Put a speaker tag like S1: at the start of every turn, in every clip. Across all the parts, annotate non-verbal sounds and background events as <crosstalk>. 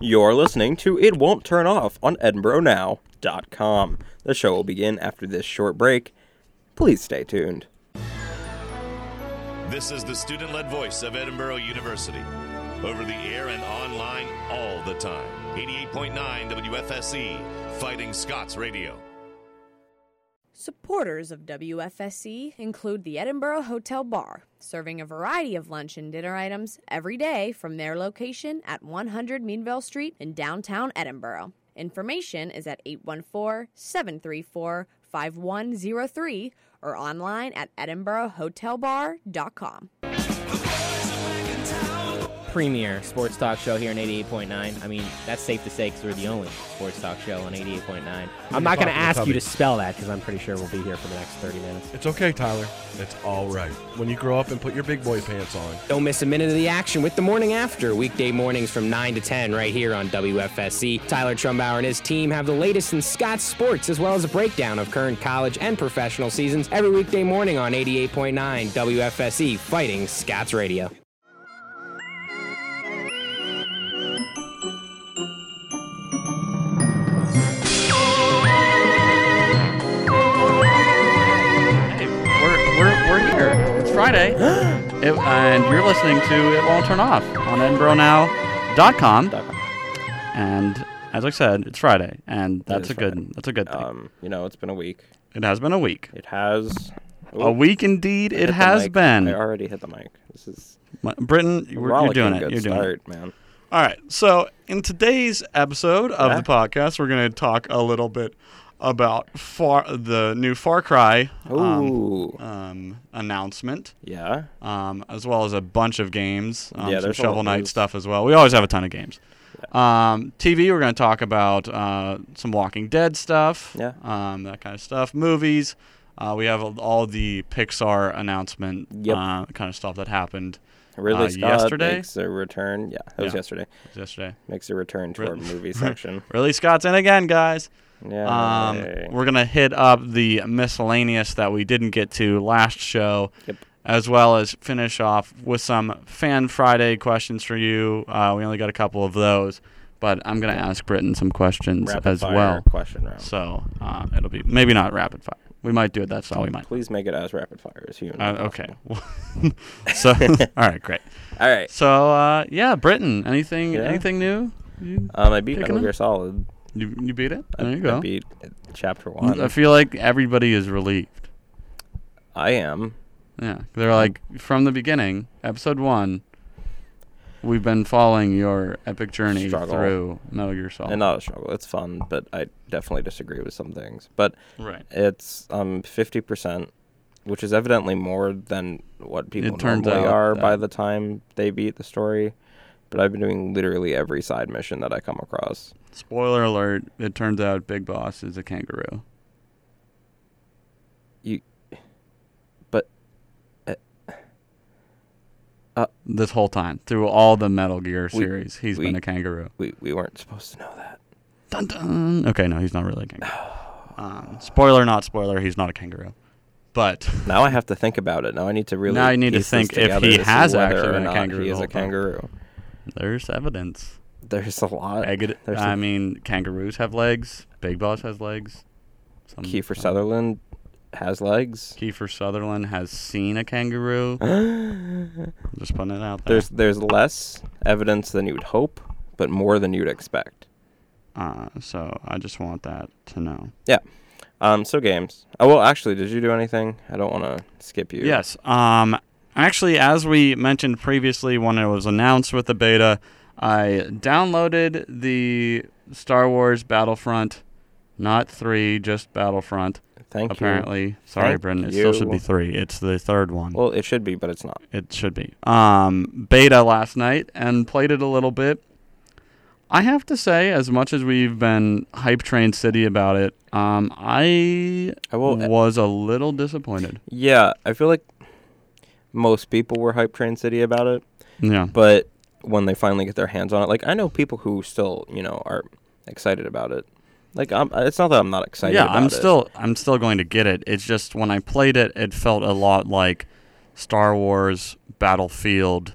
S1: You're listening to It Won't Turn Off on EdinburghNow.com. The show will begin after this short break. Please stay tuned.
S2: This is the student led voice of Edinburgh University. Over the air and online all the time. 88.9 WFSE, E, Fighting Scots Radio.
S3: Supporters of WFSC include the Edinburgh Hotel Bar, serving a variety of lunch and dinner items every day from their location at 100 Meanville Street in downtown Edinburgh. Information is at 814 734 5103 or online at edinburghhotelbar.com.
S4: premier sports talk show here in 88.9. I mean, that's safe to say because we're the only sports talk show on 88.9. I'm not going
S5: talking
S4: to
S5: to
S4: ask you
S5: Tubby.
S4: to spell that because I'm pretty sure we'll be here for the next 30 minutes.
S5: It's okay, Tyler. It's all right. When you grow up and put your big boy pants on.
S6: Don't miss a minute of the action with The Morning After, weekday mornings from 9 to 10 right here on WFSC. Tyler Trumbauer and his team have the latest in Scots sports as well as a breakdown of current college and professional seasons every weekday morning on 88.9 WFSC Fighting Scots Radio.
S7: Hey, we're, we're, we're here.
S1: <gasps>
S7: It's Friday. It- and you're listening to It Won't Turn Off on EdinburghNow.com. And as I said, it's Friday. And that's
S1: is
S7: a good that's a good thing.
S1: Um, you know, it's been a week.
S7: it has been a week.
S1: It has.
S7: A
S1: Ooh,
S7: week indeed
S1: hit
S7: it
S1: the
S7: has
S1: mic. I
S7: been.
S1: already hit the mic. This is
S7: My- Britain,
S1: a
S7: you're, you're doing
S1: rollicking
S7: it.
S1: Good
S7: You're doing it.
S1: start, man.
S7: All right. So, in today's episode of
S1: Yeah.
S7: the podcast, we're going to talk a little bit about far, the new Far Cry um,
S1: Ooh,
S7: um, announcement,
S1: yeah.
S7: um, as well as a bunch of games, um,
S1: Yeah,
S7: some
S1: there's a lot
S7: Shovel
S1: of
S7: Knight
S1: news.
S7: stuff as well. We always have a ton of games. Um, TV, we're going to talk about uh, some Walking Dead stuff,
S1: Yeah.
S7: um, that kind of stuff. Movies, uh, we have all the Pixar announcement
S1: Yep.
S7: uh, kind of stuff that happened
S1: Ridley
S7: uh,
S1: Scott
S7: yesterday?
S1: makes a return. Yeah, that was
S7: Yeah.
S1: yesterday.
S7: yesterday.
S1: Makes a return to
S7: Rid-
S1: our
S7: <laughs>
S1: movie section.
S7: Really, Scott's in again, guys.
S1: Yeah.
S7: Um, we're gonna hit up the miscellaneous that we didn't get to last show,
S1: Yep.
S7: as well as finish off with some Fan Friday questions for you. Uh, we only got a couple of those, but I'm gonna ask Britton some questions
S1: Rapid
S7: as
S1: fire
S7: well.
S1: Question round.
S7: So uh, it'll be maybe not rapid fire. We might do it. That's all we might.
S1: Please make it as rapid fire as human.
S7: Uh,
S1: possible.
S7: okay. <laughs> so <laughs> all right, great.
S1: All right.
S7: So uh, yeah, Britton, anything
S1: Yeah.
S7: anything new? You,
S1: Um, I beat
S7: Picking
S1: Metal
S7: up.
S1: Gear Solid.
S7: you, you beat it.
S1: I-
S7: There you
S1: I
S7: go. Mm,
S1: beat chapter one.
S7: I feel like everybody is relieved.
S1: I am.
S7: Yeah, they're like from the beginning, episode one. We've been following your epic journey
S1: Struggle.
S7: through Metal Gear Solid.
S1: And uh, not a struggle. It's fun, but I definitely disagree with some things. But
S7: right.
S1: it's um fifty percent, which is evidently more than what people
S7: It turns
S1: normally
S7: out
S1: are by
S7: that-
S1: the time they beat the story. But I've been doing literally every side mission that I come across.
S7: Spoiler alert: It turns out Big Boss is a kangaroo.
S1: You, but
S7: This whole time, through all the Metal Gear
S1: We-
S7: series, he's
S1: we-
S7: been a kangaroo.
S1: we we weren't supposed to know that.
S7: Dun dun. Okay, no, he's not really
S1: <sighs>
S7: a kangaroo. Um, spoiler, not spoiler. He's not a kangaroo. But <laughs>
S1: Now I have to think about it. Now I need to really.
S7: Now you need to
S1: piece this
S7: think if
S1: together
S7: he
S1: to see
S7: has
S1: whether
S7: actually
S1: or
S7: been a
S1: not
S7: kangaroo
S1: He
S7: the
S1: is
S7: whole
S1: a
S7: time.
S1: kangaroo.
S7: there's evidence.
S1: There's a lot.
S7: Agate-
S1: There's
S7: I
S1: a-
S7: mean, kangaroos have legs. Big Boss has legs. Some,
S1: Kiefer
S7: some-
S1: Sutherland has legs.
S7: Kiefer Sutherland has seen
S1: <gasps>
S7: a kangaroo. Just putting it out there.
S1: There's there's less evidence than you would hope, but more than you'd expect.
S7: uh, so I just want that to know.
S1: Yeah. Um. So games. Oh well, actually, did you do anything? I don't want to skip you.
S7: Yes. Um. Actually, as we mentioned previously, when it was announced with the beta, I downloaded the Star Wars Battlefront, not three, just Battlefront.
S1: Thank you.
S7: apparently, sorry,
S1: Thank
S7: Brendan, it still
S1: you.
S7: should be three. It's the third one.
S1: Well, it should be, but it's not.
S7: It should be. Um, beta last night and played it a little bit. I have to say, as much as we've been hype train city about it, um, I
S1: I will-
S7: was a little disappointed.
S1: Yeah, I feel like most people were hype train city about it,
S7: Yeah,
S1: but when they finally get their hands on it, like I know people who still, you know, are excited about it. Like I'm, it's not that I'm not excited.
S7: yeah,
S1: about
S7: I'm
S1: it.
S7: still I'm still going to get it. It's just when I played it, it felt a lot like Star Wars Battlefield.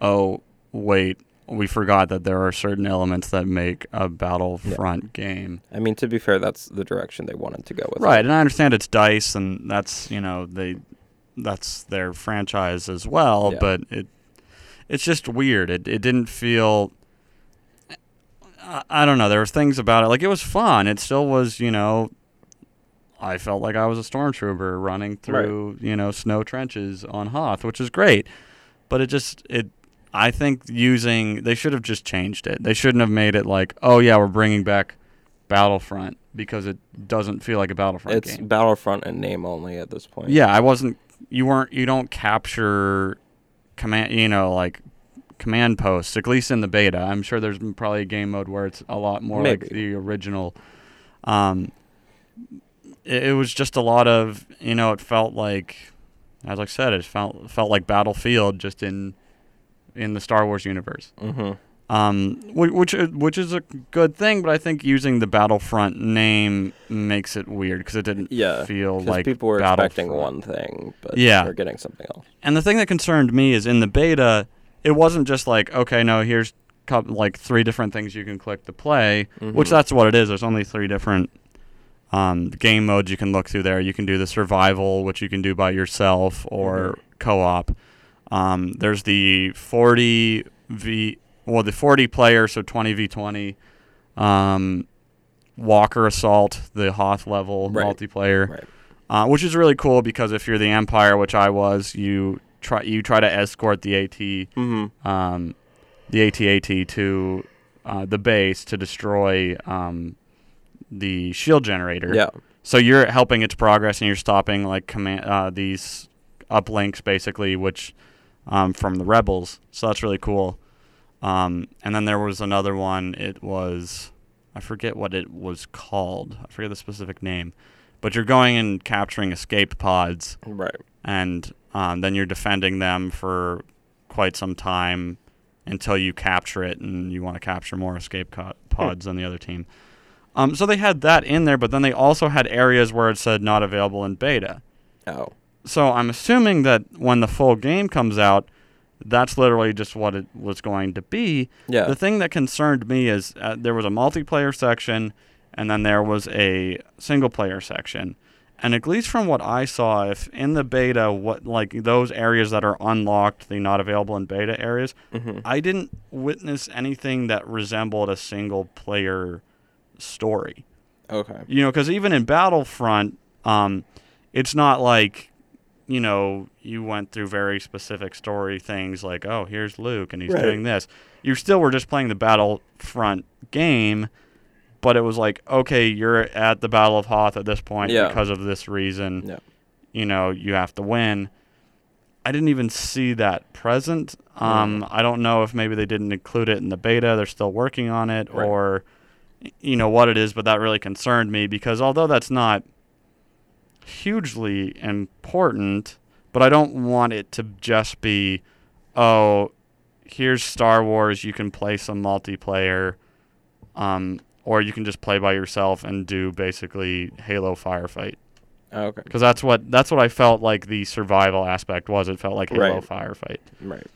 S7: Oh wait, we forgot that there are certain elements that make a Battlefront game.
S1: I mean, to be fair, that's the direction they wanted to go with. it.
S7: Right, and I understand it's Dice, and that's you know they, that's their franchise as well.
S1: Yeah.
S7: But it, it's just weird. It it didn't feel. I, I don't know. There were things about it like it was fun. It still was you know. I felt like I was a stormtrooper running through you know snow trenches on Hoth, which is great. But it just it. I think using they should have just changed it. They shouldn't have made it like, oh yeah, we're bringing back Battlefront because it doesn't feel like a Battlefront
S1: It's
S7: game.
S1: Battlefront and name only at this point.
S7: Yeah, I wasn't. You weren't. You don't capture command. You know, like command posts. At least in the beta, I'm sure there's probably a game mode where it's a lot more like
S1: Maybe.
S7: the original. Um, it, it was just a lot of. You know, it felt like, as I said, it felt felt like Battlefield just in, in the Star Wars universe
S1: Mm-hmm.
S7: um, whi- which i- which is a good thing, but I think using the Battlefront name makes it weird because it didn't
S1: Yeah,
S7: feel
S1: Because
S7: like
S1: people were expecting
S7: Battlefront.
S1: one thing, but
S7: Yeah.
S1: they're getting something else.
S7: And the thing that concerned me is in the beta, it wasn't just like okay, no, here's cou- like three different things you can click to play, which
S1: Mhm.
S7: that's what it is. There's only three different um, game modes you can look through there. You can do the survival, which you can do by yourself or
S1: Mm-hmm.
S7: co-op. Um, there's the 40 v well the 40 player, so 20 v 20. Um, Walker assault, the Hoth level
S1: Right.
S7: multiplayer
S1: Right.
S7: uh, which is really cool because if you're the Empire, which I was, you try you try to escort the AT
S1: Mm-hmm.
S7: um, the AT-AT to uh, the base to destroy um, the shield generator.
S1: Yeah.
S7: So you're helping its progress and you're stopping like command uh, these uplinks basically, which um, from the rebels. So that's really cool. Um, and then there was another one. It was I forget what it was called. I forget the specific name. But you're going and capturing escape pods
S1: Right.
S7: and um, then you're defending them for quite some time until you capture it and you want to capture more escape co- pods than the other team. Um, so they had that in there, but then they also had areas where it said not available in beta.
S1: Oh.
S7: So I'm assuming that when the full game comes out, that's literally just what it was going to be.
S1: Yeah.
S7: The thing that concerned me is uh, there was a multiplayer section and then there was a single player section. And at least from what I saw, if in the beta, what like those areas that are unlocked, the not available in beta areas,
S1: Mm-hmm.
S7: I didn't witness anything that resembled a single player story
S1: Okay.
S7: you know, because even in Battlefront, um, it's not like, you know, you went through very specific story things like, oh, here's Luke and he's
S1: Right.
S7: doing this. You still were just playing the Battlefront game, but it was like, okay, you're at the Battle of Hoth at this point
S1: Yeah.
S7: because of this reason.
S1: Yeah.
S7: You know, you have to win. I didn't even see that present. Um, I don't know if maybe they didn't include it in the beta. They're still working on it,
S1: Right.
S7: or you know what it is. But that really concerned me because although that's not hugely important, but I don't want it to just be, oh, here's Star Wars. You can play some multiplayer, um, or you can just play by yourself and do basically Halo firefight
S1: Okay.
S7: because that's what that's what I felt like the survival aspect was. It felt like Halo
S1: Right.
S7: firefight,
S1: Right.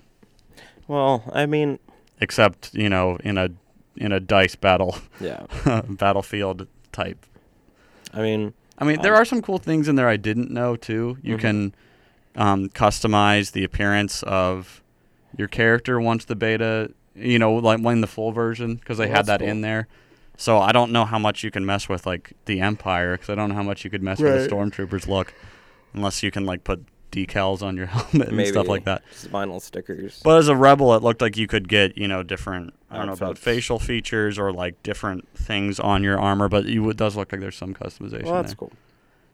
S1: Well, I mean,
S7: except you know in a in a dice battle <laughs>
S1: yeah.
S7: battlefield type.
S1: I mean,
S7: I mean,
S1: Um,
S7: there are some cool things in there I didn't know too.
S1: Mhm.
S7: You can um, customize the appearance of your character once the beta, you know, like when the full version, because they
S1: Well,
S7: had that
S1: Oh, that's
S7: in
S1: cool.
S7: there. So I don't know how much you can mess with like the Empire, because I don't know how much you could mess with the stormtroopers look, unless you can like put decals on your <laughs> helmet
S1: maybe
S7: <laughs> and stuff like that.
S1: just vinyl stickers.
S7: But as a rebel, it looked like you could get you know different. I don't know about
S1: Outfits.
S7: facial features or like different things on your armor, but you, it does look like there's some customization.
S1: well, that's
S7: there.
S1: cool.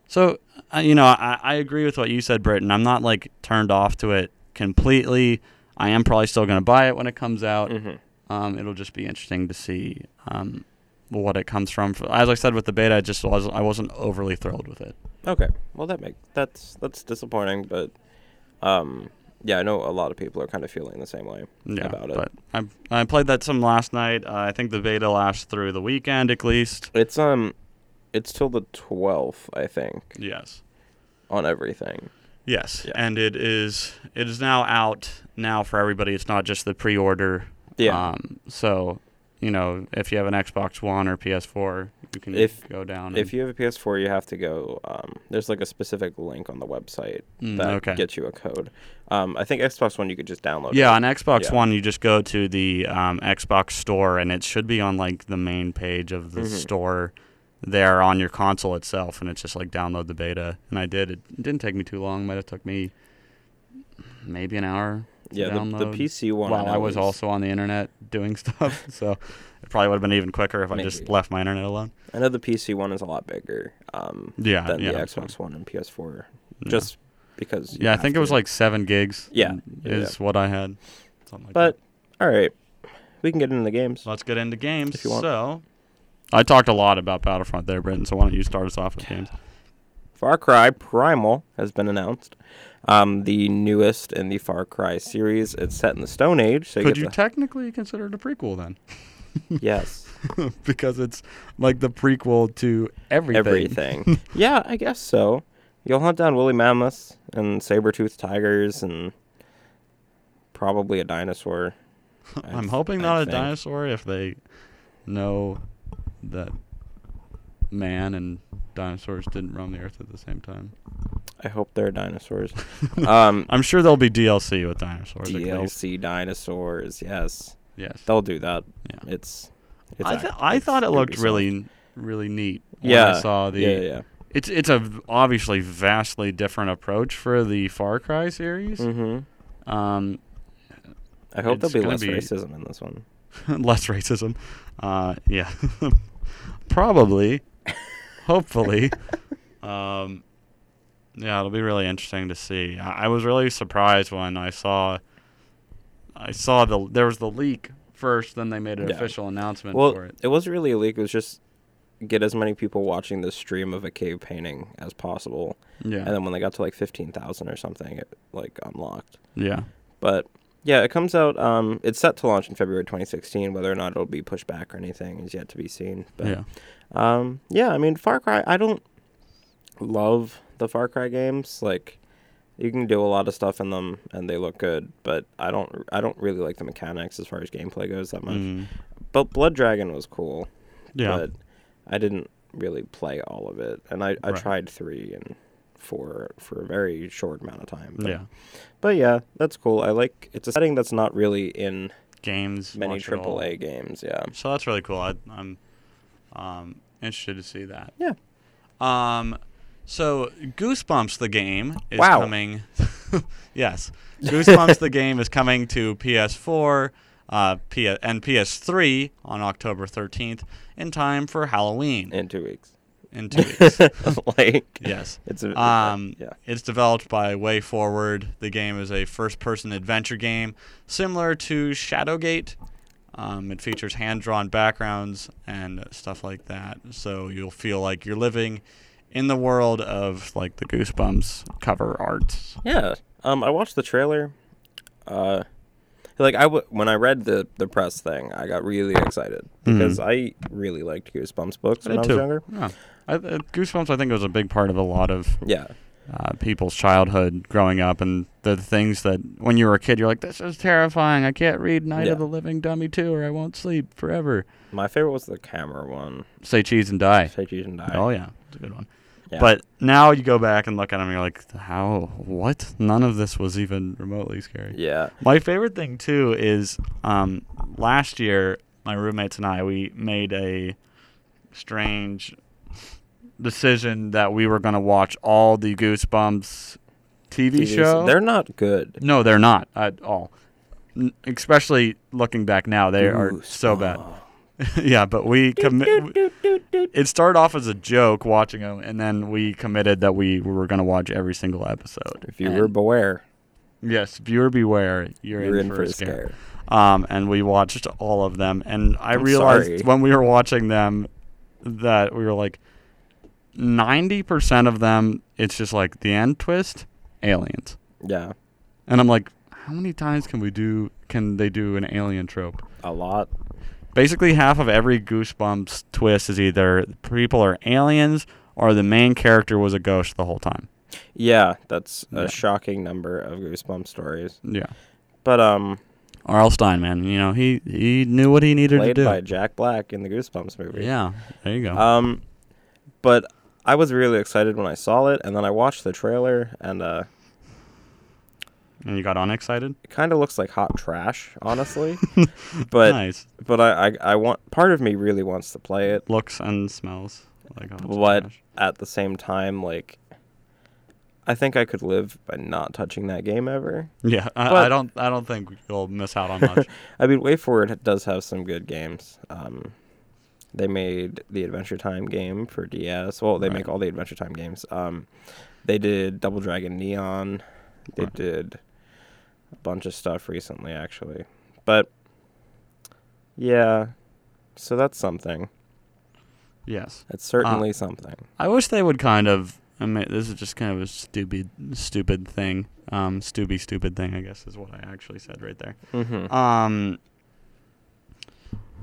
S7: So, uh, you know, I, I agree with what you said, Britton. I'm not like turned off to it completely. I am probably still going to buy it when it comes out.
S1: Mm. Mm-hmm.
S7: Um, it'll just be interesting to see um, what it comes from. As I said with the beta, I just was I wasn't overly thrilled with it.
S1: Okay. Well, that make that's that's disappointing, but um, yeah, I know a lot of people are kind of feeling the same way
S7: Yeah,
S1: about it.
S7: but I I played that some last night. Uh, I think the beta lasts through the weekend at least.
S1: It's um, it's till the twelfth, I think,
S7: Yes.
S1: on everything.
S7: Yes,
S1: Yeah.
S7: and it is it is now out now for everybody. It's not just the pre-order
S1: Yeah.
S7: Um, so, you know, if you have an Xbox One or PS4, you can
S1: If-
S7: go down.
S1: If
S7: and-
S1: you have a PS4, you have to go. Um, there's like a specific link on the website
S7: Mm,
S1: that
S7: okay.
S1: gets you a code. Um, I think Xbox One you could just download.
S7: yeah, on Xbox
S1: Yeah.
S7: One, you just go to the um, Xbox store, and it should be on like the main page of
S1: Mm-hmm.
S7: the store there on your console itself, and it's just like download the beta. And I did. It didn't take me too long. Might have took me maybe an hour. to
S1: Yeah, the, the
S7: download.
S1: PC one.
S7: While
S1: know,
S7: I was
S1: is-
S7: also on the internet doing <laughs> stuff, so it probably would have been even quicker if I just
S1: Maybe.
S7: left my internet alone.
S1: I know the PC one is a lot bigger. Um,
S7: Yeah,
S1: than
S7: yeah,
S1: the
S7: that's
S1: Xbox One and PS4, just because. you
S7: Yeah, I
S1: have
S7: think it was
S1: to.
S7: like seven gigs.
S1: Yeah,
S7: n-
S1: yeah,
S7: is what I had. Something like
S1: But
S7: that.
S1: all right, we can get into the games.
S7: let's get into games.
S1: If you want.
S7: So, I talked a lot about Battlefront there, Britton. So why don't you start us off with games?
S1: Far Cry Primal has been announced. Um, the newest in the Far Cry series. It's set in the Stone Age. So you
S7: Could
S1: get
S7: you
S1: the-
S7: technically consider it a prequel then?
S1: <laughs> yes,
S7: because it's like the prequel to everything.
S1: <laughs> everything. yeah, I guess so. You'll hunt down woolly mammoths and saber-toothed tigers and probably a dinosaur. I
S7: <laughs> I'm
S1: th-
S7: hoping
S1: I
S7: not a
S1: think.
S7: dinosaur if they know that man and dinosaurs didn't roam the earth at the same time.
S1: I hope they're
S7: <laughs>
S1: dinosaurs. um,
S7: I'm sure there'll be DLC with dinosaurs. At least.
S1: DLC dinosaurs. Yes,
S7: Yes.
S1: they'll do that.
S7: Yeah.
S1: It's. it's
S7: I,
S1: act-
S7: th- I
S1: it's
S7: thought it looked
S1: Ubisoft.
S7: really, really neat. when
S1: Yeah.
S7: I saw the.
S1: yeah, yeah, yeah.
S7: It's it's a v- obviously vastly different approach for the Far Cry series.
S1: Mm-hmm.
S7: Um, <laughs>
S1: I hope there'll
S7: It's
S1: be
S7: gonna
S1: less
S7: be-
S1: racism in this one.
S7: less racism. Uh, yeah, <laughs> probably,
S1: <laughs>
S7: hopefully. um, yeah, it'll be really interesting to see. I, I was really surprised when I saw. I saw the there was the leak first, then they made an
S1: Yeah.
S7: official announcement
S1: Well,
S7: for it.
S1: it wasn't really a leak. It was just get as many people watching the stream of a cave painting as possible.
S7: Yeah,
S1: And then when they got to like fifteen thousand or something, it like unlocked.
S7: yeah.
S1: But yeah, it comes out. Um, it's set to launch in February 2016. Whether or not it'll be pushed back or anything is yet to be seen. But
S7: yeah.
S1: Um, yeah, I mean, Far Cry, I don't love the Far Cry games. Like, you can do a lot of stuff in them, and they look good, but I don't, I don't really like the mechanics as far as gameplay goes that much.
S7: Mm.
S1: But Blood Dragon was cool.
S7: Yeah.
S1: But I didn't really play all of it, and I, I
S7: Right.
S1: tried three and four for a very short amount of time. But,
S7: yeah.
S1: But yeah, that's cool. I like it's a setting that's not really in
S7: Games.
S1: many
S7: watch it all.
S1: AAA games. Yeah.
S7: So that's really cool. I, I'm um, interested to see that.
S1: Yeah.
S7: Um, so Goosebumps the game is
S1: Wow.
S7: coming. <laughs> yes, Goosebumps the game is coming to PS4, uh, P- and PS3 on October 13th in time for Halloween
S1: In two
S7: <laughs>
S1: weeks. <laughs>
S7: in two weeks.
S1: like.
S7: yes.
S1: It's a,
S7: Um,
S1: <laughs> yeah.
S7: It's developed by Way Forward. The game is a first person adventure game similar to Shadowgate. Um, it features hand drawn backgrounds and stuff like that. So you'll feel like you're living in the world of like the Goosebumps cover art.
S1: Yeah. Um, I watched the trailer. Uh, like I w- when I read the the press thing, I got really excited
S7: Mm-hmm.
S1: because I really liked Goosebumps books when I was younger.
S7: Yeah. I, uh, Goosebumps, I think, was a big part of a lot of
S1: Yeah.
S7: uh, people's childhood growing up and the things that when you were a kid you're like this is terrifying i can't read night
S1: Yeah.
S7: of the living dummy 2 or i won't sleep forever
S1: My favorite was the camera one.
S7: say cheese and die
S1: Take you and die.
S7: oh yeah it's a good one
S1: Yeah.
S7: but now you go back and look at them you're like how what none of this was even remotely scary
S1: yeah.
S7: my favorite thing too is um, last year my roommates and I we made a strange decision that we were going to watch all the Goosebumps TV,
S1: TVs
S7: show.
S1: They're not good.
S7: no, they're not at all. N- especially looking back now, they are so bad. <laughs> yeah, but we commit. It started off as a joke watching them, and then we committed that we were going to watch every single episode.
S1: If you were beware,
S7: Yes, viewer beware. You're,
S1: you're in for a scare.
S7: Um, and we watched all of them, and I
S1: I'm
S7: realized
S1: sorry.
S7: when we were watching them that we were like ninety percent of them. It's just like the end twist, aliens,
S1: Yeah.
S7: and I'm like, how many times can we do? Can they do an alien trope?
S1: A lot.
S7: Basically, half of every Goosebumps twist is either people are aliens or the main character was a ghost the whole time.
S1: Yeah, that's a
S7: Yeah.
S1: shocking number of Goosebumps stories.
S7: Yeah.
S1: But um,
S7: R.L. Stein, man. You know, he he knew what he needed
S1: Played
S7: to do.
S1: by Jack Black in the Goosebumps movie.
S7: yeah, there you go.
S1: Um, but I was really excited when I saw it, and then I watched the trailer, and uh,
S7: and you got on excited.
S1: it kind of looks like hot trash,
S7: <laughs>
S1: honestly. but
S7: nice
S1: but I, I I want part of me really wants to play it,
S7: looks and smells. Like hot
S1: but
S7: trash.
S1: at the same time, like. I think I could live by not touching that game ever.
S7: Yeah, I,
S1: but-
S7: I don't. I don't think you'll miss out on
S1: <laughs>
S7: much.
S1: I mean, Way Forward does have some good games. Um, they made the Adventure Time game for DS. Well, they make all the Adventure Time games. Um, they did Double Dragon Neon. They
S7: Right.
S1: did a bunch of stuff recently, actually. But yeah, so that's something.
S7: yes,
S1: It's certainly something.
S7: I wish they would kind of. I mean, this is just kind of a stupid, stupid thing. Um, stupid, stupid thing. I guess is what I actually said right there.
S1: hmm
S7: um,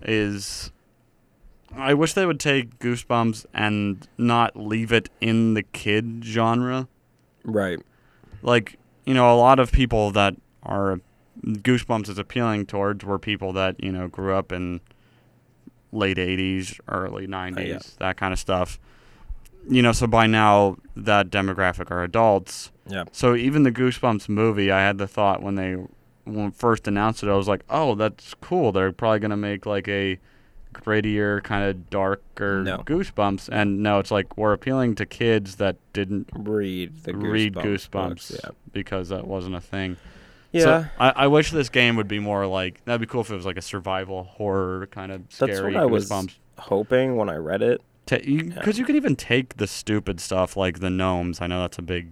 S7: is I wish they would take Goosebumps and not leave it in the kid genre.
S1: Right.
S7: Like, you know, a lot of people that are Goosebumps is appealing towards were people that, you know, grew up in late 80s, early 90s, that kind of stuff. You know, so by now that demographic are adults.
S1: Yeah.
S7: So even the Goosebumps movie, I had the thought when they when first announced it, I was like, "Oh, that's cool. They're probably gonna make like a grittier, kind of darker
S1: No.
S7: Goosebumps." And no, it's like we're appealing to kids that didn't
S1: Read the Goosebumps
S7: read
S1: books,
S7: Goosebumps because that wasn't a thing.
S1: Yeah. Yeah.
S7: So I, I wish this game would be more like that'd be cool if it was like a survival horror kind of scary
S1: that's what
S7: Goosebumps.
S1: I was hoping when I read it.
S7: Ta- you, Cuz you could even take the stupid stuff like the gnomes. I know that's a big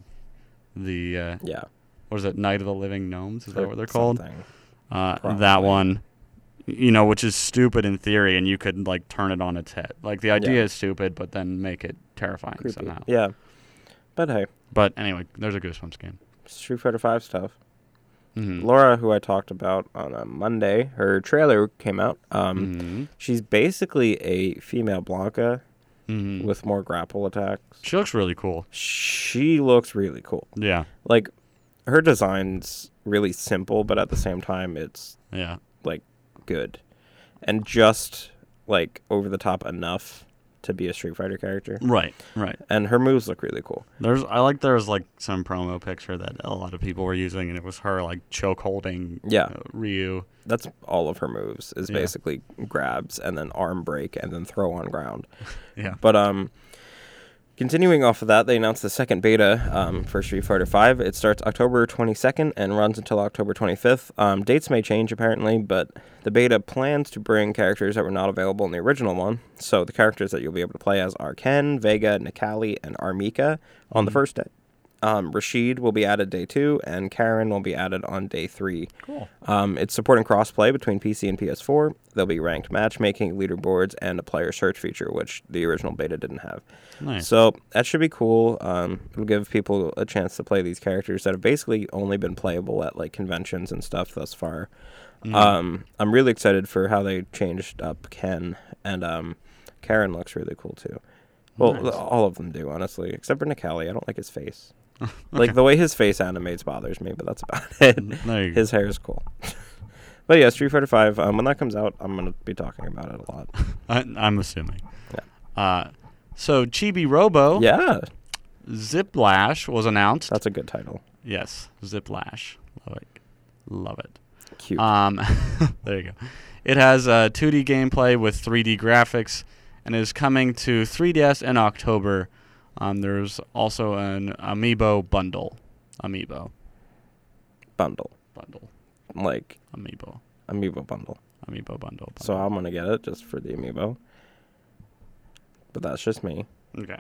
S7: the uh,
S1: Yeah.
S7: what is it? Night of the Living Gnomes? Is that
S1: or
S7: what they're called?
S1: something.
S7: Uh, that
S1: Probably.
S7: one, you know, which is stupid in theory, and you could like turn it on its head. Like the idea
S1: Yeah.
S7: is stupid, but then make it terrifying
S1: Creepy.
S7: somehow.
S1: Yeah. But hey,
S7: But anyway, there's a Goosebumps game.
S1: Street Fighter Five stuff.
S7: Mm-hmm.
S1: Laura, who I talked about on a Monday, her trailer came out. Um,
S7: hmm
S1: She's basically a female Blanca
S7: hmm
S1: with more grapple attacks.
S7: She looks really cool.
S1: She looks really cool.
S7: Yeah,
S1: Like, her design's really simple, but at the same time, it's
S7: yeah,
S1: like good and just like over the top enough to be a Street Fighter character.
S7: right, right.
S1: And her moves look really cool.
S7: There's, I like there was like some promo picture that a lot of people were using, and it was her like choke holding
S1: Yeah.
S7: uh, Ryu.
S1: that's all of her moves is
S7: Yeah.
S1: basically grabs and then arm break and then throw on ground.
S7: Yeah.
S1: But um, continuing off of that, they announced the second beta um, for Street Fighter Five. It starts October 22nd and runs until October 25th. Um, dates may change apparently, but the beta plans to bring characters that were not available in the original one. So the characters that you'll be able to play as are Ken, Vega, Nikali, and Armika on the first day. Um, Rashid will be added day two, and Karen will be added on day three. Cool. Um, it's supporting crossplay between PC and PS4. There'll be ranked matchmaking, leaderboards, and a player search feature, which the original beta didn't have.
S7: Nice.
S1: So that should be cool. Um, it'll give people a chance to play these characters that have basically only been playable at like conventions and stuff thus far.
S7: Mm-hmm.
S1: Um, I'm really excited for how they changed up Ken and um, Karen looks really cool too. Well,
S7: Nice.
S1: all of them do honestly, except for Nikali. I don't like his
S7: <laughs>
S1: face. Like the way his face animates bothers me, but that's about <laughs> it.
S7: There you go.
S1: His hair is cool. <laughs> but yeah, Street Fighter Five. Um, when that comes out, I'm gonna be talking about it a lot.
S7: I, I'm assuming. Uh, so Chibi Robo,
S1: Yeah,
S7: Ziplash was announced.
S1: that's a good title.
S7: Yes, Ziplash. Love it. Love it.
S1: Cute.
S7: Um, <laughs> there you go. It has uh, 2D gameplay with 3D graphics and is coming to 3DS in October. Um, there's also an Amiibo bundle. Amiibo
S1: bundle,
S7: bundle.
S1: like
S7: Amiibo.
S1: amiibo bundle.
S7: Amiibo bundle. bundle.
S1: So I'm gonna get it just for the amiibo. But that's just me.
S7: okay.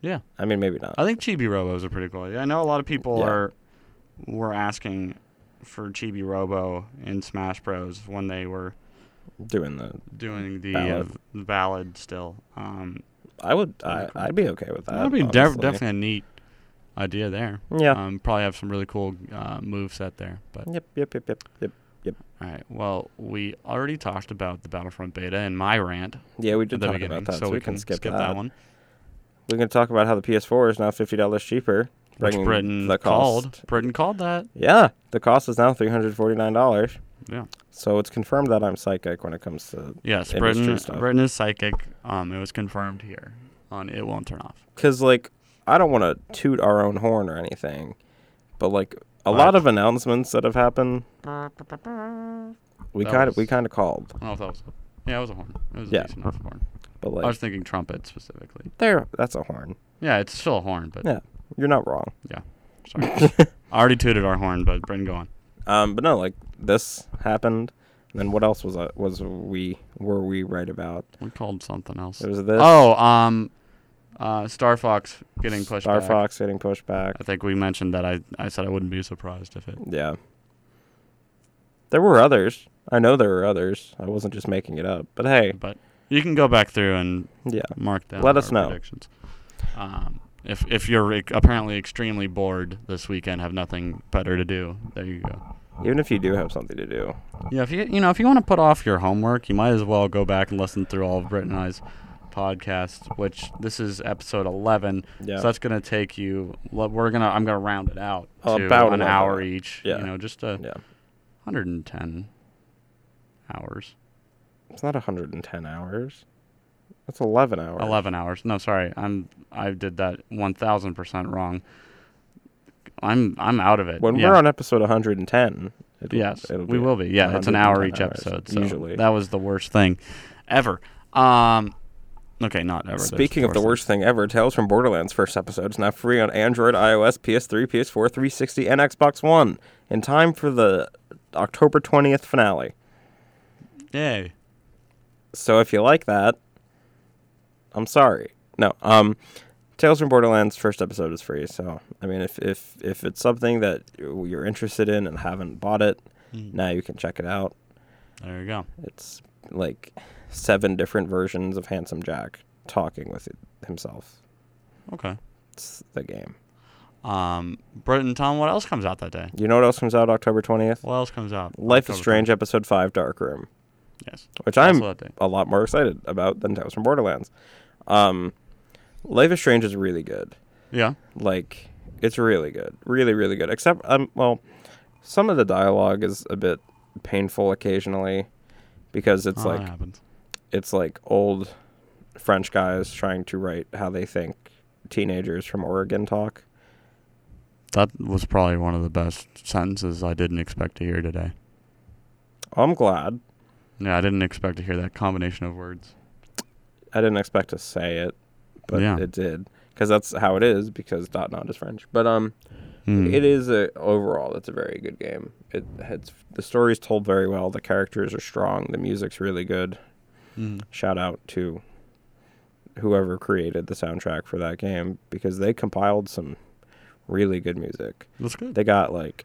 S7: Yeah.
S1: I mean, maybe not.
S7: I think Chibi Robo is a pretty cool idea. I know a lot of people
S1: Yeah.
S7: are were asking for Chibi Robo in Smash Bros. when they were
S1: Doing the,
S7: doing the ballad,
S1: Ballad.
S7: uh, ballad still. Um,
S1: I would, I, I'd be okay with that.
S7: that'd be def-
S1: honestly.
S7: definitely a neat idea there.
S1: Yeah.
S7: Um, probably have some really cool uh, move set there. But
S1: Yep, yep, yep, yep, yep, yep.
S7: all right, well, we already talked about the Battlefront beta in my rant
S1: Yeah, we
S7: at
S1: did
S7: the
S1: talk
S7: beginning,
S1: about that,
S7: so we can skip, that. one.
S1: We can talk about how the PS4 is now fifty dollars cheaper.
S7: Which
S1: bringing
S7: Britain
S1: the cost.
S7: called. Britain called that.
S1: Yeah, the cost is now three hundred forty nine dollars.
S7: Yeah.
S1: So it's confirmed that I'm psychic when it comes to
S7: Yes,
S1: industry
S7: Britain.
S1: stuff.
S7: Britain is psychic. Um, it was confirmed here on It Won't Turn Off.
S1: because like I don't want to toot our own horn or anything, but like a lot of announcements that have happened, we
S7: That
S1: kind
S7: was-
S1: of we kind of called,
S7: I don't know if that was. Yeah, it was a horn. It was a
S1: Yeah.
S7: decent enough horn.
S1: but
S7: I was
S1: like
S7: thinking trumpet specifically.
S1: there, that's a horn.
S7: Yeah, it's still a horn, but
S1: Yeah, you're not wrong.
S7: yeah. Sorry.
S1: <laughs>
S7: I already tooted our horn, but Britain, go on.
S1: Um, but no, like this happened. And then what else was I, was we were we right about?
S7: We called something else.
S1: There was this.
S7: Oh, um, uh, Star Fox getting pushed
S1: Star
S7: back.
S1: Fox getting pushed back.
S7: I think we mentioned that. I, I said I wouldn't be surprised if it.
S1: Yeah. There were others. I know there were others. I wasn't just making it up. But hey,
S7: But you can go back through and
S1: yeah.
S7: mark down.
S1: Let us
S7: our
S1: know.
S7: Predictions. Um, if if you're ec- apparently extremely bored this weekend, have nothing better to do. There you go.
S1: Even if you do have something to do,
S7: Yeah, if you you know if you want to put off your homework, you might as well go back and listen through all of Britt and I's podcast, which this is episode eleven.
S1: Yeah.
S7: So that's gonna take you. le- We're gonna I'm gonna round it out to
S1: About
S7: an
S1: an
S7: hour,
S1: hour.
S7: each.
S1: Yeah.
S7: You know, just a
S1: yeah.
S7: 110 hours.
S1: It's not 110 hours. That's 11 hours.
S7: 11 hours. No, sorry. I'm I did that 1000% wrong. I'm I'm out of it.
S1: When
S7: Yeah.
S1: we're on episode 110, it,
S7: Yes, we will be. Yeah, it's an hour
S1: 110
S7: each
S1: hours,
S7: episode. So
S1: usually.
S7: that was the worst thing ever. Um, okay, not ever. there's
S1: Speaking of the
S7: fourth.
S1: worst thing ever, Tales from Borderlands first episode is now free on Android, iOS, PS3, PS4, 360, and Xbox One in time for the October 20th finale.
S7: Yay!
S1: So if you like that, I'm sorry. No. Um, Tales from Borderlands first episode is free. So I mean, if if if it's something that you're interested in and haven't bought it, now you can check it out.
S7: There you go.
S1: It's like seven different versions of Handsome Jack talking with himself.
S7: Okay.
S1: It's the game.
S7: Um, Britt and Tom, what else comes out that day?
S1: You know what else comes out October twentieth?
S7: What else comes out?
S1: Life is
S7: October
S1: Strange episode five, Dark Room,
S7: 12th? Yes.
S1: which I'm
S7: Also that day.
S1: a lot more excited about than Tales from Borderlands. Um, Life is Strange is really good.
S7: Yeah.
S1: like it's really good really really good except um well some of the dialogue is a bit painful occasionally because it's
S7: Oh, that
S1: like
S7: happens.
S1: it's like old french guys trying to write how they think teenagers from oregon talk
S7: That was probably one of the best sentences I didn't expect to hear today.
S1: i'm glad
S7: Yeah, I didn't expect to hear that combination of words.
S1: i didn't expect to say it but
S7: Yeah.
S1: it did because that's how it is because dot not is french but um
S7: Hmm.
S1: It is a overall. It's a very good game. It it's the story's told very well. The characters are strong. The music's really good.
S7: Hmm.
S1: Shout out to whoever created the soundtrack for that game because they compiled some really good music.
S7: That's good.
S1: They got like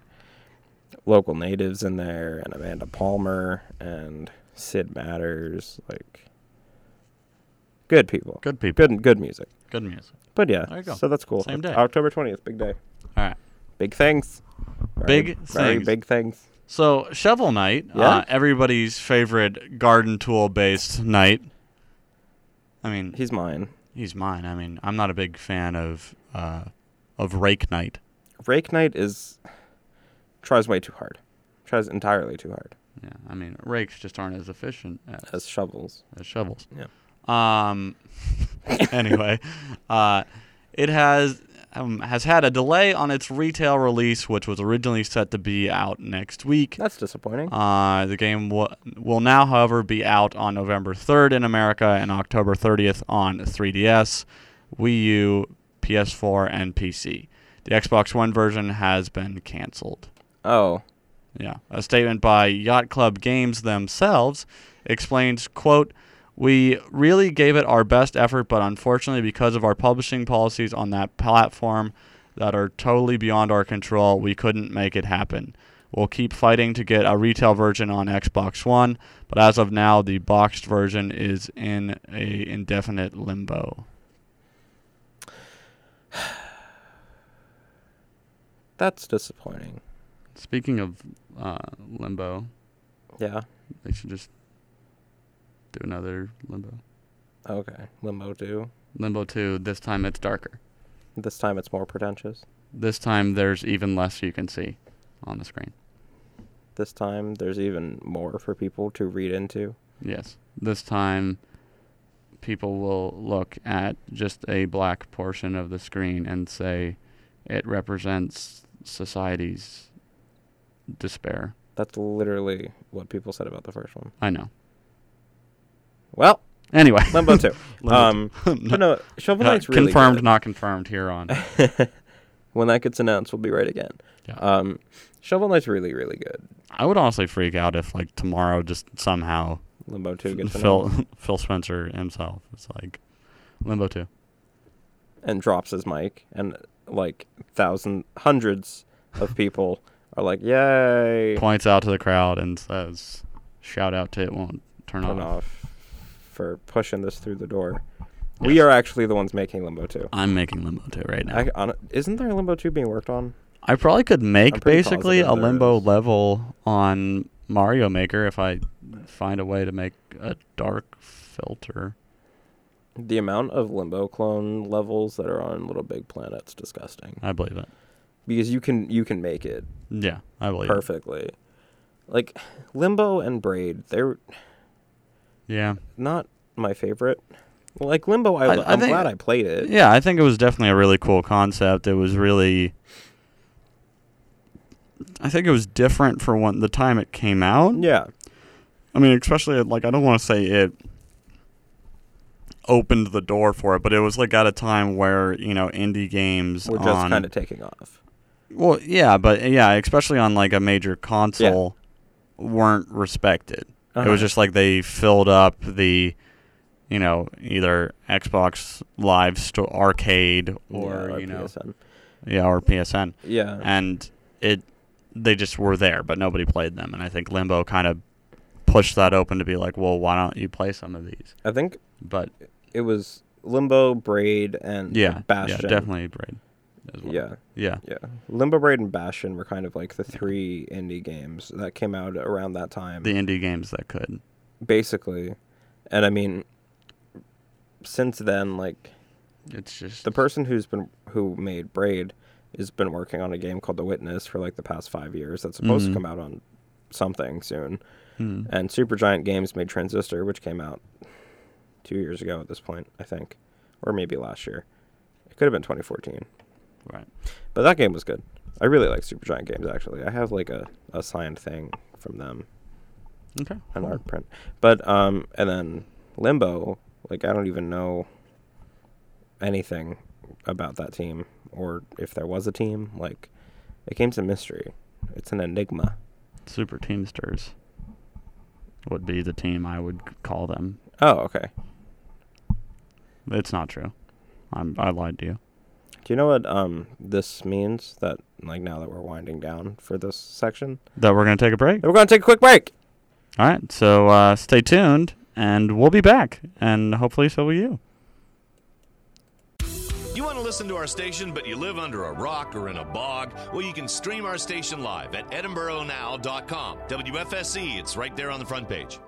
S1: local natives in there and Amanda Palmer and Sid Matters, like good people.
S7: Good people.
S1: Good good music.
S7: Good music.
S1: But yeah,
S7: There you go.
S1: so that's cool.
S7: Same day.
S1: October twentieth, big day.
S7: All right.
S1: Big things. Very-
S7: Big
S1: very
S7: things.
S1: big things.
S7: So shovel night, uh,
S1: Yeah?
S7: everybody's favorite garden tool based night. I mean,
S1: He's mine.
S7: he's mine. I mean, I'm not a big fan of uh, of rake night.
S1: Rake Knight is tries way too hard. Tries entirely too hard
S7: Yeah, I mean, rakes just aren't as efficient as,
S1: as shovels.
S7: as shovels.
S1: Yeah.
S7: Um. <laughs> anyway, uh, it has um, has had a delay on its retail release, which was originally set to be out next week.
S1: That's disappointing.
S7: Uh, the game w- will now, however, be out on November 3rd in America and October 30th on 3DS, Wii U, PS4, and PC. The Xbox One version has been canceled.
S1: oh,
S7: Yeah. A statement by Yacht Club Games themselves explains, quote, we really gave it our best effort, but unfortunately, because of our publishing policies on that platform that are totally beyond our control, we couldn't make it happen. We'll keep fighting to get a retail version on Xbox One, but as of now, the boxed version is in a indefinite limbo.
S1: that's disappointing.
S7: Speaking of uh, limbo,
S1: Yeah.
S7: they should just do another limbo.
S1: Okay. Limbo 2.
S7: Limbo 2, this time it's darker.
S1: This time it's more pretentious.
S7: This time there's even less you can see on the screen.
S1: this time there's even more for people to read into.
S7: Yes. This time, people will look at just a black portion of the screen and say it represents society's despair.
S1: That's literally what people said about the first one.
S7: I know.
S1: Well,
S7: Anyway,
S1: Limbo
S7: <laughs>
S1: 2. um, but no, Shovel
S7: not
S1: Knight's really
S7: confirmed,
S1: good.
S7: not confirmed here on.
S1: <laughs> When that gets announced, we'll be right again.
S7: Yeah.
S1: Um, Shovel Knight's really, really good.
S7: I would honestly freak out if like tomorrow just somehow
S1: Limbo 2 gets announced
S7: Phil <laughs> Phil Spencer himself is like Limbo Two.
S1: and drops his mic, and like thousands, hundreds of people are like, yay,
S7: points out to the crowd and says, "Shout out to it won't turn,
S1: turn
S7: off.
S1: off for pushing this through the door. We are actually the ones making Limbo 2.
S7: I'm making Limbo 2 right now.
S1: I,
S7: I,
S1: on, isn't there a Limbo 2 being worked on?
S7: probably could
S1: I'm
S7: make
S1: pretty
S7: basically a
S1: positive there
S7: Limbo
S1: is.
S7: level on Mario Maker if I find a way to make a dark filter.
S1: The amount of Limbo clone levels that are on Little Big Planet's disgusting.
S7: I believe it.
S1: Because you can you can make it
S7: Oh, Yeah, I believe
S1: perfectly. Like Limbo and Braid, they're
S7: it. Yeah.
S1: not my favorite. Like Limbo, I,
S7: I-
S1: I,
S7: I
S1: am
S7: think-
S1: glad I played it.
S7: Yeah, I think it was definitely a really cool concept. It was really I think it was different for one the time it came out.
S1: Yeah,
S7: I mean, especially like I don't want to say it opened the door for it, but it was like at a time where you know indie games
S1: we're just
S7: on
S1: kind of taking off.
S7: well, yeah, but yeah, especially on like a major console, weren't respected. It
S1: Uh-huh.
S7: was just like they filled up the, you know, either Xbox Live sto- arcade or
S1: Yeah,
S7: you know
S1: PSN.
S7: yeah or PSN
S1: yeah,
S7: and it they just were there, but nobody played them. And I think Limbo kind of pushed that open to be like, well, why don't you play some of these?
S1: I think
S7: But
S1: it was Limbo, Braid, and
S7: yeah,
S1: Bastion.
S7: yeah, definitely Braid. As well.
S1: Yeah,
S7: yeah,
S1: yeah. Limbo, Braid, and Bastion were kind of like the three indie games that came out around that time.
S7: the indie games that could.
S1: basically. And I mean, since then, like
S7: It's just
S1: the person who's been who made Braid has been working on a game called The Witness for like the past five years. That's supposed
S7: Mhm.
S1: to come out on something soon.
S7: Mm.
S1: And Supergiant Games made Transistor, which came out two years ago at this point, I think, or maybe last year. It could have been 2014,
S7: right.
S1: but that game was good. I really like Supergiant Games actually. I have like a, a signed thing from them
S7: Okay.
S1: an art print. But um, and then Limbo, like I don't even know anything about that team or if there was a team. Like it came to mystery. It's an enigma.
S7: Super Teamsters would be the team I would c- call them.
S1: Oh, okay.
S7: It's not true. I'm, I lied to you.
S1: Do you know what um this means? That like now that we're winding down for this section,
S7: That we're gonna take a break.
S1: Then we're gonna take a quick break.
S7: All right. So uh, stay tuned, and we'll be back, and hopefully so will you.
S2: You want to listen to our station, but you live under a rock or in a bog? Well, you can stream our station live at edinburghnow.com. WFSC, E, it's right there on the front page.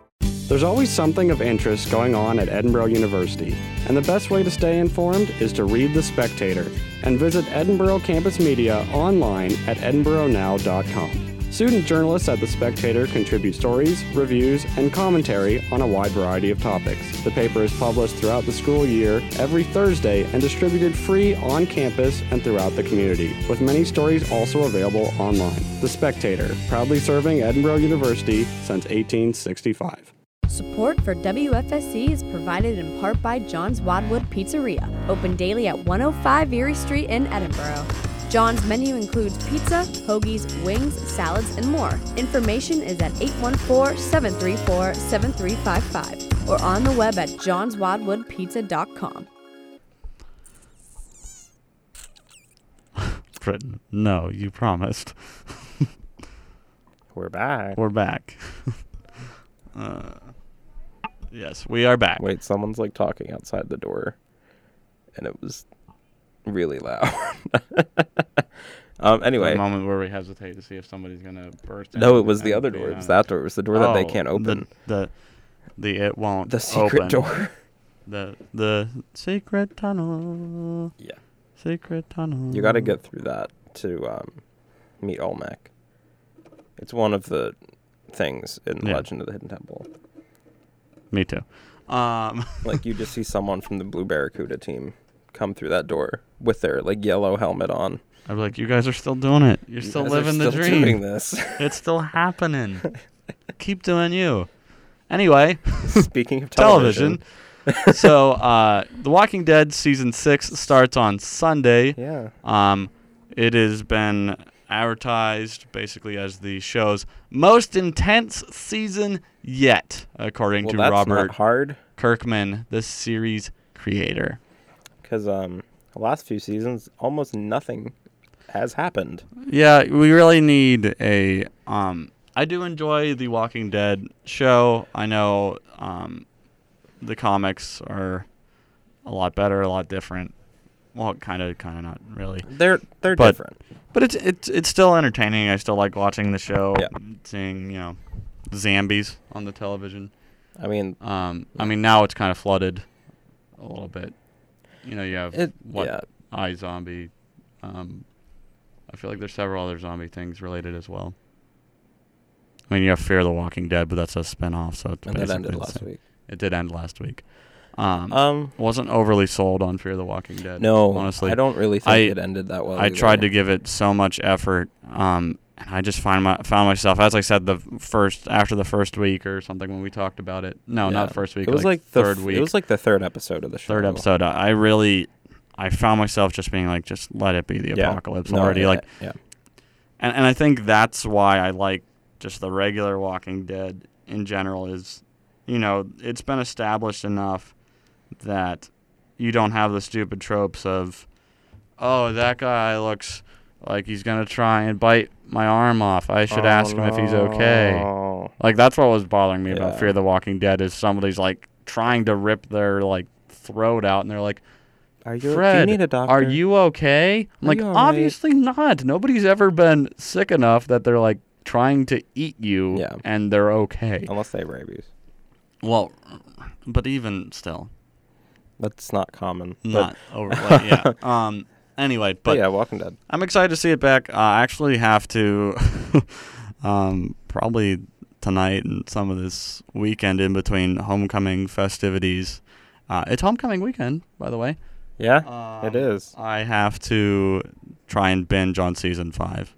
S8: There's always something of interest going on at Edinburgh University, and the best way to stay informed is to read The Spectator and visit Edinburgh Campus Media online at edinburghnow.com. Student journalists at The Spectator contribute stories, reviews, and commentary on a wide variety of topics. The paper is published throughout the school year every Thursday and distributed free on campus and throughout the community, with many stories also available online. The Spectator, proudly serving Edinburgh University since 1865.
S3: Support for WFSC is provided in part by John's Wadwood Pizzeria, open daily at 105 Erie Street in Edinburgh. John's menu includes pizza, hoagies, wings, salads, and more. Information is at 814 734 7355 or on the web at johnswadwoodpizza.com.
S7: Britain. No, you promised.
S1: We're back. <laughs>
S7: We're back. uh, yes, we are back.
S1: Wait, someone's like talking outside the door, and it was really loud. <laughs> um. Anyway,
S7: The moment where we hesitate to see if somebody's gonna burst.
S1: No,
S7: in
S1: it was the
S7: and
S1: other
S7: be
S1: door. It was
S7: on-
S1: that door. It was the door that they
S7: Oh,
S1: can't open.
S7: The the, the it won't.
S1: The, secret
S7: open.
S1: door.
S7: The the secret tunnel.
S1: <laughs> Yeah.
S7: Secret tunnel.
S1: You got to get through that to um, meet Olmec. It's one of the things in the
S7: Yeah.
S1: Legend of the Hidden Temple.
S7: Me too. Um, <laughs>
S1: Like you just see someone from the Blue Barracuda team come through that door with their like yellow helmet on.
S7: I'm like, you guys are still doing it. You're
S1: You
S7: still
S1: guys are
S7: living the
S1: still
S7: dream.
S1: Doing this. <laughs>
S7: It's still happening. Keep doing you. Anyway,
S1: Speaking of television,
S7: television. so, uh, The Walking Dead season six starts on Sunday.
S1: yeah,
S7: Um, it has been advertised basically as the show's most intense season yet, according
S1: well,
S7: to
S1: that's
S7: Robert
S1: not hard
S7: Kirkman, the series creator.
S1: because um, the last few seasons almost nothing has happened.
S7: Yeah, we really need a. Um, I do enjoy the Walking Dead show. I know um, the comics are a lot better, a lot different. Well, kind of, kind of not really,
S1: They're they're
S7: But-
S1: different.
S7: but it's it's it's still entertaining. I still like watching the show,
S1: Yeah.
S7: seeing you know zombies on the television.
S1: I mean,
S7: Um, I mean now it's kind of flooded a little bit. You know, you have
S1: It-
S7: what
S1: yeah.
S7: I Zombie. Um, I feel like there's several other zombie things related as well. I mean, you have Fear the Walking Dead, but that's a spinoff, so it's
S1: and that
S7: basically
S1: ended
S7: the
S1: last
S7: same.
S1: week.
S7: It did end last week. Um,
S1: Um,
S7: wasn't overly sold on Fear the Walking Dead.
S1: no,
S7: honestly,
S1: I don't really think
S7: I-
S1: it ended that well.
S7: I
S1: either.
S7: tried to give it so much effort, um, and I just find my found myself, as I said, the first after the first week or something when we talked about it. No,
S1: Yeah.
S7: not first week.
S1: It was like, the
S7: third
S1: f-
S7: week.
S1: It was like the third episode of the show.
S7: third episode. I I really, I found myself just being like, just let it be the
S1: Yeah.
S7: apocalypse
S1: No,
S7: already.
S1: yeah,
S7: Like,
S1: yeah.
S7: and and I think that's why I like just the regular Walking Dead in general is, you know, it's been established enough that you don't have the stupid tropes of, oh, that guy looks like he's gonna try and bite my arm off. I should ask him if he's okay.
S1: Oh,
S7: Like that's what was bothering me about
S1: Yeah.
S7: Fear the Walking Dead is somebody's like trying to rip their like throat out and they're like
S1: are you? do you
S7: Fred,
S1: need a doctor?
S7: are you okay? I'm
S1: Are
S7: like,
S1: you all right?
S7: obviously not. Nobody's ever been sick enough that they're like trying to eat you
S1: Yeah. Oh.
S7: and they're okay.
S1: Unless they have rabies.
S7: Well, but even still,
S1: That's not common. But- <laughs>
S7: not over. like, yeah. Um. Anyway,
S1: but
S7: but
S1: yeah, Walking Dead.
S7: I'm excited to see it back. I actually have to, <laughs> um, probably tonight and some of this weekend in between homecoming festivities. Uh, it's homecoming weekend, by the way.
S1: Yeah, it
S7: Um,
S1: is.
S7: I have to try and binge on season five.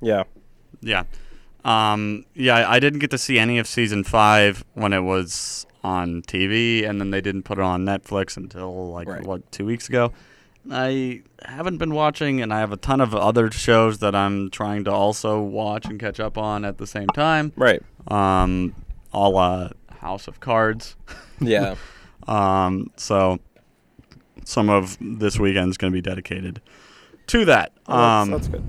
S1: Yeah,
S7: Yeah. Um, yeah, I- I didn't get to see any of season five when it was on TV, and then they didn't put it on Netflix until like
S1: Right.
S7: what two weeks ago. I haven't been watching, and I have a ton of other shows that I'm trying to also watch and catch up on at the same time.
S1: right.
S7: Um, a la House of Cards. <laughs>
S1: Yeah,
S7: Um, so some of this weekend's going to be dedicated to that
S1: Well, that's-
S7: um,
S1: that's, good.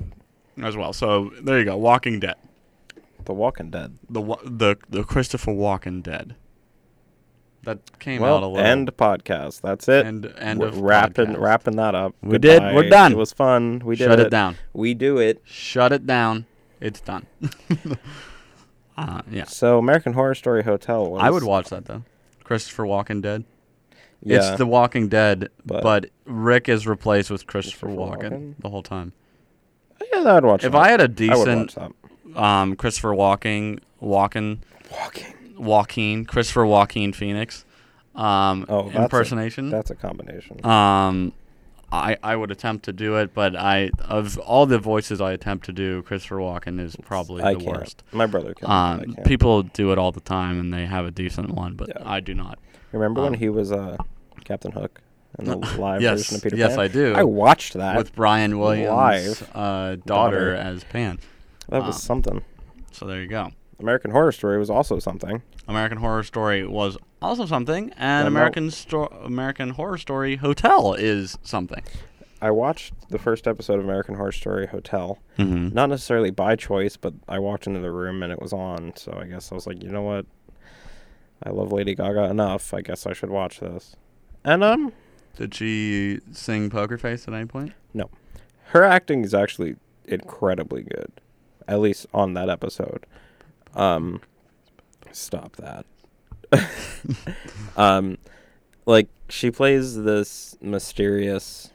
S7: as well. So there you go, Walking Dead,
S1: The Walking Dead.
S7: the wa- the the Christopher Walken Dead. That came out a
S1: Well,
S7: little.
S1: end podcast. That's it.
S7: End- end
S1: We're
S7: of
S1: wrapping
S7: podcast.
S1: wrapping that up.
S7: We did. We're done.
S1: It was fun. We did
S7: Shut it down.
S1: We do it.
S7: Shut it down. It's done. <laughs> uh, yeah,
S1: So American Horror Story Hotel. Was,
S7: I would watch that though. Christopher Walken Dead.
S1: Yeah,
S7: It's The Walking Dead,
S1: But-
S7: but, Rick is replaced with Christopher,
S1: Christopher
S7: Walken,
S1: Walken?
S7: the whole time.
S1: yeah, I would watch.
S7: If
S1: that.
S7: I had a
S1: I would watch
S7: decent
S1: that.
S7: um, Christopher Walken, Walken
S1: Walking.
S7: Joaquin, Christopher Joaquin Phoenix um,
S1: Oh, that's a-
S7: impersonation.
S1: that's a combination.
S7: um, I I would attempt to do it, but I of all the voices I attempt to do, Christopher Walken is probably
S1: I
S7: the
S1: can't.
S7: worst.
S1: My brother can. I
S7: Um,
S1: can't.
S7: people do it all the time, and they have a decent one, but
S1: Yeah.
S7: I do not.
S1: Remember when
S7: um,
S1: he was uh, Captain Hook in the live
S7: <laughs> yes,
S1: version of Peter
S7: yes,
S1: Pan?
S7: I do.
S1: I watched that.
S7: With Brian Williams'
S1: Live.
S7: uh, daughter,
S1: Daughter.
S7: as Pan,
S1: that was
S7: um,
S1: something.
S7: so there you go.
S1: American Horror Story was also something.
S7: American Horror Story was also something, and
S1: no.
S7: American Sto- American Horror Story Hotel is something.
S1: I watched the first episode of American Horror Story Hotel,
S7: Mm-hmm.
S1: not necessarily by choice, but I walked into the room and it was on. So I guess I was like, you know what? I love Lady Gaga enough. I guess I should watch this. And um,
S7: Did she sing Poker Face at any point?
S1: no, her acting is actually incredibly good, at least on that episode. Um, stop that. <laughs> um, like she plays this mysterious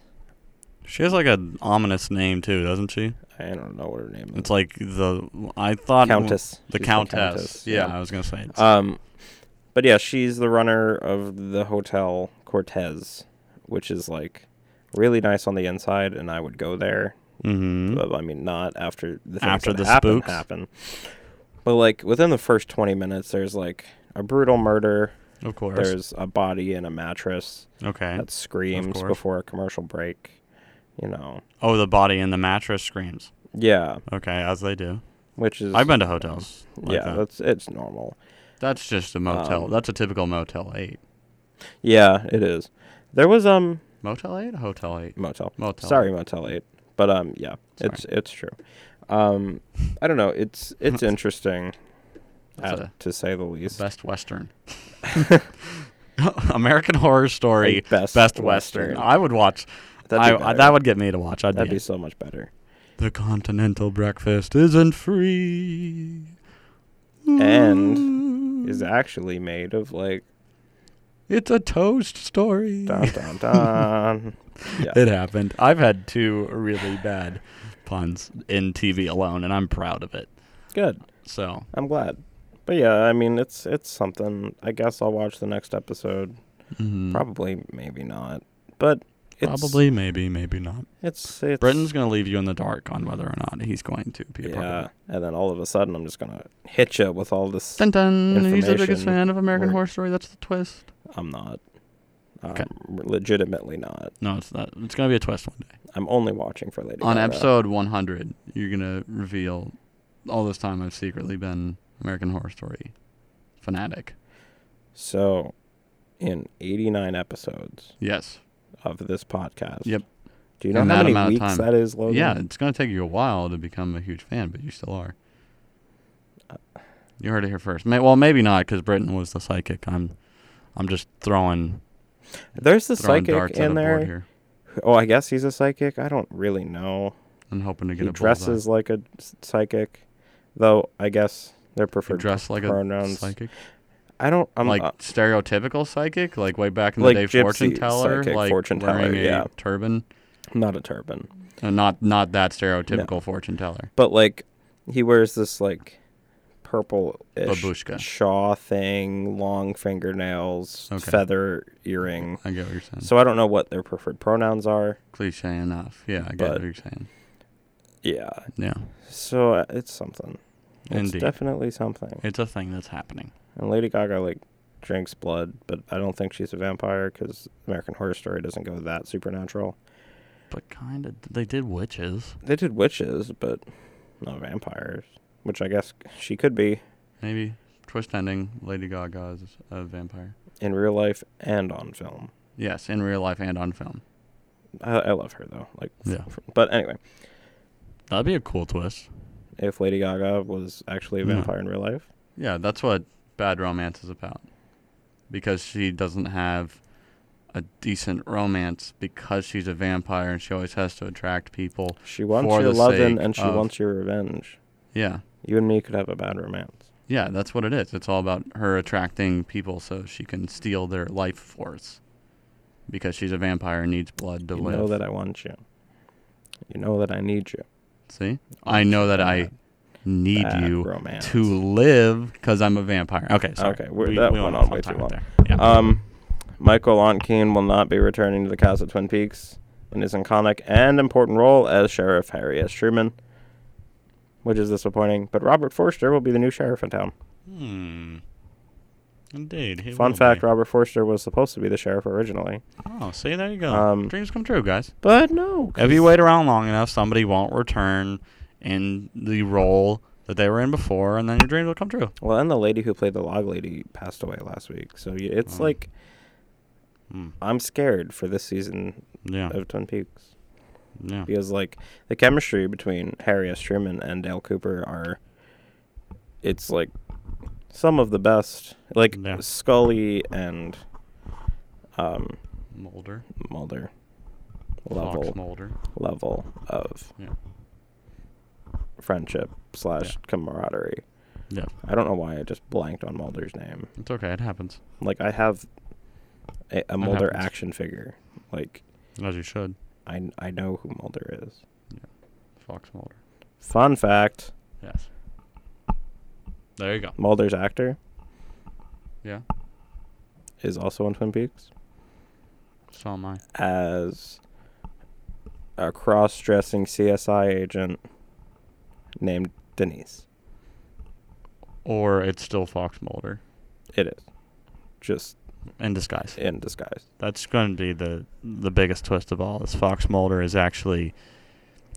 S7: She has like an ominous name too, doesn't she?
S1: I don't know what her name is.
S7: It's like the I thought
S1: Countess.
S7: The
S1: She's the
S7: countess.
S1: Countess,
S7: Yeah,
S1: yeah.
S7: I was gonna say. it's-
S1: Um, but yeah, she's the runner of the hotel Cortez, which is like really nice on the inside, and I would go there. Mm-hmm. But I mean, not after the things
S7: After
S1: that
S7: the
S1: happen,
S7: spooks?
S1: happen. But like within the first twenty minutes, there's like a brutal murder.
S7: of course.
S1: There's a body in a mattress
S7: okay.
S1: that screams
S7: course.
S1: before a commercial break. You know,
S7: Oh, the body in the mattress screams.
S1: yeah,
S7: Okay, as they do.
S1: which is
S7: I've been to hotels. like
S1: yeah,
S7: that.
S1: that's it's normal.
S7: that's just a motel.
S1: um,
S7: that's a typical Motel Eight.
S1: Yeah, it is. There was um
S7: Motel Eight, Hotel Eight.
S1: Motel.
S7: Motel.
S1: Sorry, Motel Eight. But um, yeah, it's it's true. Um, I don't know. It's
S7: <laughs>
S1: it's interesting,
S7: That's
S1: uh,
S7: a-
S1: to say the least. <laughs>
S7: Best Western. <laughs> American Horror Story.
S1: Like Best
S7: Western.
S1: Western.
S7: I would watch.
S1: That'd
S7: I,
S1: be
S7: I-
S1: better.
S7: that would get me to watch. I'd
S1: That'd
S7: be,
S1: be so much better.
S7: The continental breakfast isn't free.
S1: And is actually made of like
S7: It's a toast story.
S1: dun dun
S7: <laughs>
S1: dun. yeah.
S7: It happened. I've had two
S1: <sighs>
S7: really bad puns in TV alone, and I'm proud of it.
S1: Good.
S7: So
S1: I'm glad. But yeah, I mean, it's it's something. I guess I'll watch the next episode.
S7: Mm-hmm.
S1: Probably, maybe not. But Mm-hmm. it's,
S7: probably, maybe, maybe not.
S1: it's it's
S7: Britain's going to leave you in the dark on whether or not he's going to be a part of
S1: Yeah,
S7: it.
S1: and then all of a sudden, I'm just gonna hit you with all this.
S7: Dun dun. He's the biggest
S1: Information.
S7: fan of American
S1: We're-
S7: Horror Story. That's the twist.
S1: I'm not. I'm
S7: Okay.
S1: legitimately not.
S7: No, it's not. It's going to be a twist one day.
S1: I'm only watching for Lady
S7: on
S1: Gaga.
S7: episode 100 you're gonna reveal all this time i've secretly been american horror story fanatic
S1: So, in 89 episodes
S7: yes
S1: of this podcast.
S7: Yep.
S1: Do you know
S7: And
S1: how
S7: that
S1: many
S7: amount of
S1: weeks
S7: time.
S1: that is, Logan?
S7: yeah it's gonna take you a while to become a huge fan but you still are you heard it here first May- well maybe not because britain was the psychic i'm i'm just throwing
S1: There's the
S7: throwing
S1: psychic
S7: darts at a
S1: in
S7: board
S1: there.
S7: here
S1: Oh, I guess he's a psychic. I don't really know.
S7: and hoping to get
S1: He
S7: a
S1: dresses like a s- psychic, though. I guess they're
S7: bullseye.
S1: preferred.
S7: dress like a
S1: pronouns.
S7: psychic
S1: I don't. I'm
S7: like
S1: uh,
S7: stereotypical psychic like way back in
S1: Like
S7: the day
S1: gypsy
S7: fortune teller
S1: psychic,
S7: like
S1: fortune teller,
S7: wearing a
S1: yeah.
S7: turban
S1: not a turban.
S7: Uh, not not that stereotypical fortune teller.
S1: but like he wears this like purple
S7: Babushka.
S1: shaw thing, long fingernails,
S7: Okay.
S1: feather earring.
S7: I get what you're saying.
S1: So I don't know what their preferred pronouns are.
S7: Cliche enough. Yeah, I get
S1: But-
S7: what you're saying.
S1: Yeah.
S7: Yeah,
S1: So uh, it's something. It's
S7: Indeed.
S1: definitely something.
S7: it's a thing that's happening.
S1: And Lady Gaga like drinks blood, but I don't think she's a vampire cuz American Horror Story doesn't go that supernatural.
S7: But kind of, they did witches.
S1: They did witches, but not vampires, which I guess she could be
S7: Maybe twist ending. Lady Gaga is a vampire.
S1: in real life and on film.
S7: Yes, in real life and on film.
S1: I, I love her though. Like, f-
S7: Yeah.
S1: f- but anyway,
S7: That'd be a cool twist.
S1: if Lady Gaga was actually a
S7: Yeah.
S1: vampire in real life,
S7: Yeah, that's what Bad Romance is about. Because she doesn't have a decent romance because she's a vampire and she always has to attract people.
S1: she wants
S7: For
S1: your
S7: the
S1: love and,
S7: sake
S1: and she
S7: of-
S1: wants your revenge.
S7: Yeah.
S1: You and me could have a bad romance.
S7: Yeah, that's what it is. It's all about her attracting people so she can steal their life force. Because she's a vampire and needs blood to
S1: You
S7: live.
S1: know that I want you. You know that I need you.
S7: See? I know that I
S1: Bad-
S7: need
S1: bad
S7: you
S1: romance.
S7: to live because I'm a vampire. Okay, sorry.
S1: Okay, we're- that
S7: went
S1: went
S7: off
S1: on way
S7: time
S1: too long.
S7: there. Yeah.
S1: Um, Michael Onkin will not be returning to the cast of Twin Peaks in his iconic and important role as Sheriff Harry S. Truman, which is disappointing. But Robert Forster will be the new sheriff in town.
S7: Indeed. he
S1: Fun
S7: will
S1: fact:
S7: be.
S1: Robert Forster was supposed to be the sheriff originally,
S7: Oh, see, there you go.
S1: Um,
S7: Dreams come true, guys.
S1: but no.
S7: If you wait around long enough, somebody won't return in the role that they were in before, and then your dreams will come true.
S1: Well, and the lady who played the log lady passed away last week, so y-
S7: Mm.
S1: it's like I'm scared for this season
S7: Yeah.
S1: of Twin Peaks
S7: Yeah.
S1: because like the chemistry between Harry S. Truman and Dale Cooper are it's like some of the best. Like
S7: Yeah.
S1: Scully and um
S7: Molder.
S1: Mulder level
S7: Fox Molder.
S1: level of
S7: Yeah.
S1: friendship slash camaraderie.
S7: Yeah.
S1: I don't know why I just blanked on Mulder's name.
S7: It's okay. It happens.
S1: Like I have a, a Mulder
S7: happens.
S1: action figure. Like
S7: As you should.
S1: I I know who Mulder is.
S7: Fox Mulder.
S1: Fun fact:
S7: Yes. There you go.
S1: Mulder's actor
S7: Yeah.
S1: is also on Twin Peaks
S7: So am I.
S1: as a cross-dressing CSI agent named Denise.
S7: Or it's still Fox Mulder
S1: It is just
S7: in disguise.
S1: in disguise.
S7: That's going to be the the biggest twist of all. Is Fox Mulder is actually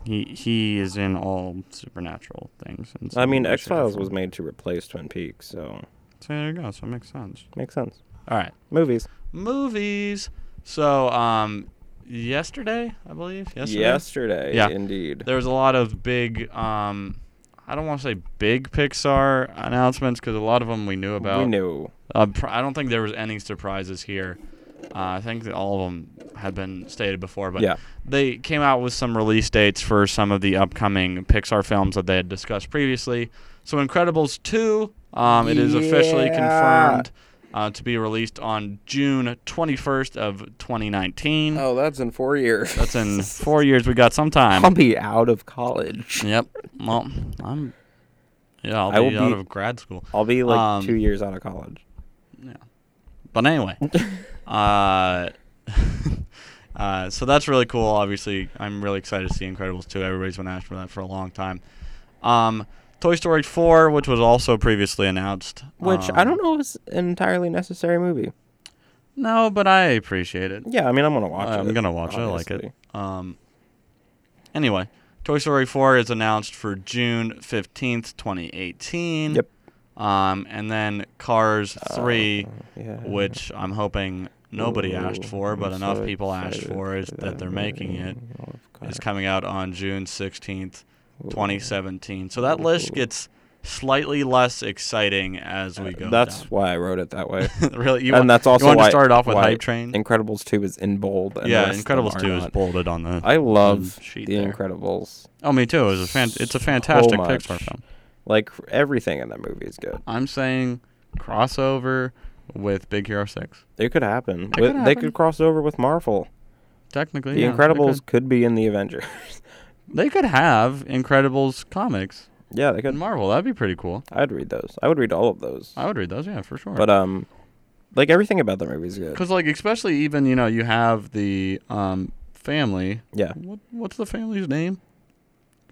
S7: he he is in all supernatural things. in
S1: I
S7: some
S1: mean,
S7: way, shape, or
S1: X Files was
S7: form.
S1: made to replace Twin Peaks, so
S7: So there you go. So it makes sense.
S1: makes sense.
S7: All right.
S1: Movies.
S7: movies. So, um, yesterday, I believe. Yesterday.
S1: Yesterday,
S7: Yeah.
S1: indeed.
S7: There was a lot of big, um, I don't want to say big Pixar announcements because a lot of them we knew about.
S1: we knew.
S7: Uh, pr- I don't think there was any surprises here. Uh, I think that all of them had been stated before, but
S1: Yeah.
S7: they came out with some release dates for some of the upcoming Pixar films that they had discussed previously. So, Incredibles 2, um, it is officially
S1: Yeah.
S7: confirmed uh, to be released on June 21st of 2019.
S1: Oh, that's in four years.
S7: That's in four years. We got some time.
S1: I'll be out of college.
S7: Yep. Well, I'm. Yeah, I'll
S1: I will
S7: be
S1: be-
S7: out of grad school.
S1: I'll be like
S7: Um,
S1: two years out of college. <laughs>
S7: But anyway, uh, <laughs> uh, so that's really cool. Obviously, I'm really excited to see Incredibles 2. Everybody's been asking for that for a long time. Um, Toy Story 4, which was also previously announced.
S1: Which I
S7: Um,
S1: don't know is an entirely necessary movie.
S7: No, but I appreciate it.
S1: Yeah, I mean, I'm gonna watch it.
S7: I'm gonna watch it. I like
S1: obviously.
S7: it. Um. Anyway, Toy Story 4 is announced for June 15th, 2018.
S1: Yep. Uh,
S7: Um, and then Cars 3,
S1: yeah.
S7: which I'm hoping nobody asked
S1: Ooh,
S7: for, but
S1: I'm
S7: enough
S1: so
S7: people asked
S1: excited
S7: for is that, they're making it.
S1: Oh, of course.
S7: It's coming out on June 16th, 2017. So that list gets slightly less exciting as we go.
S1: Uh, That's
S7: down. <laughs>
S1: why I wrote it that way.
S7: really you
S1: and
S7: want,
S1: that's also
S7: you want
S1: why
S7: to start off with
S1: why
S7: hype train.
S1: Incredibles two is in bold. And the
S7: yeah,
S1: rest of them
S7: Incredibles
S1: are
S7: 2 is
S1: not.
S7: bolded on the.
S1: I love
S7: Um, sheet
S1: the
S7: there.
S1: Incredibles.
S7: Oh, me too. It was a fan- it's a fantastic
S1: much.
S7: Pixar film.
S1: Like everything in that movie is good.
S7: I'm saying crossover with Big Hero 6.
S1: It could happen.
S7: could
S1: With- They
S7: happen.
S1: could cross over with Marvel.
S7: Technically,
S1: The
S7: yeah, they
S1: Incredibles
S7: could.
S1: could. be in the Avengers. <laughs>
S7: They could have Incredibles comics
S1: yeah, they
S7: in
S1: could.
S7: Marvel. That'd be pretty cool.
S1: I'd read those. I would read all of those.
S7: I would read those, yeah, for sure.
S1: But um, like everything about that movie is good.
S7: because like especially even you know you have the um family.
S1: Yeah.
S7: What what's the family's name?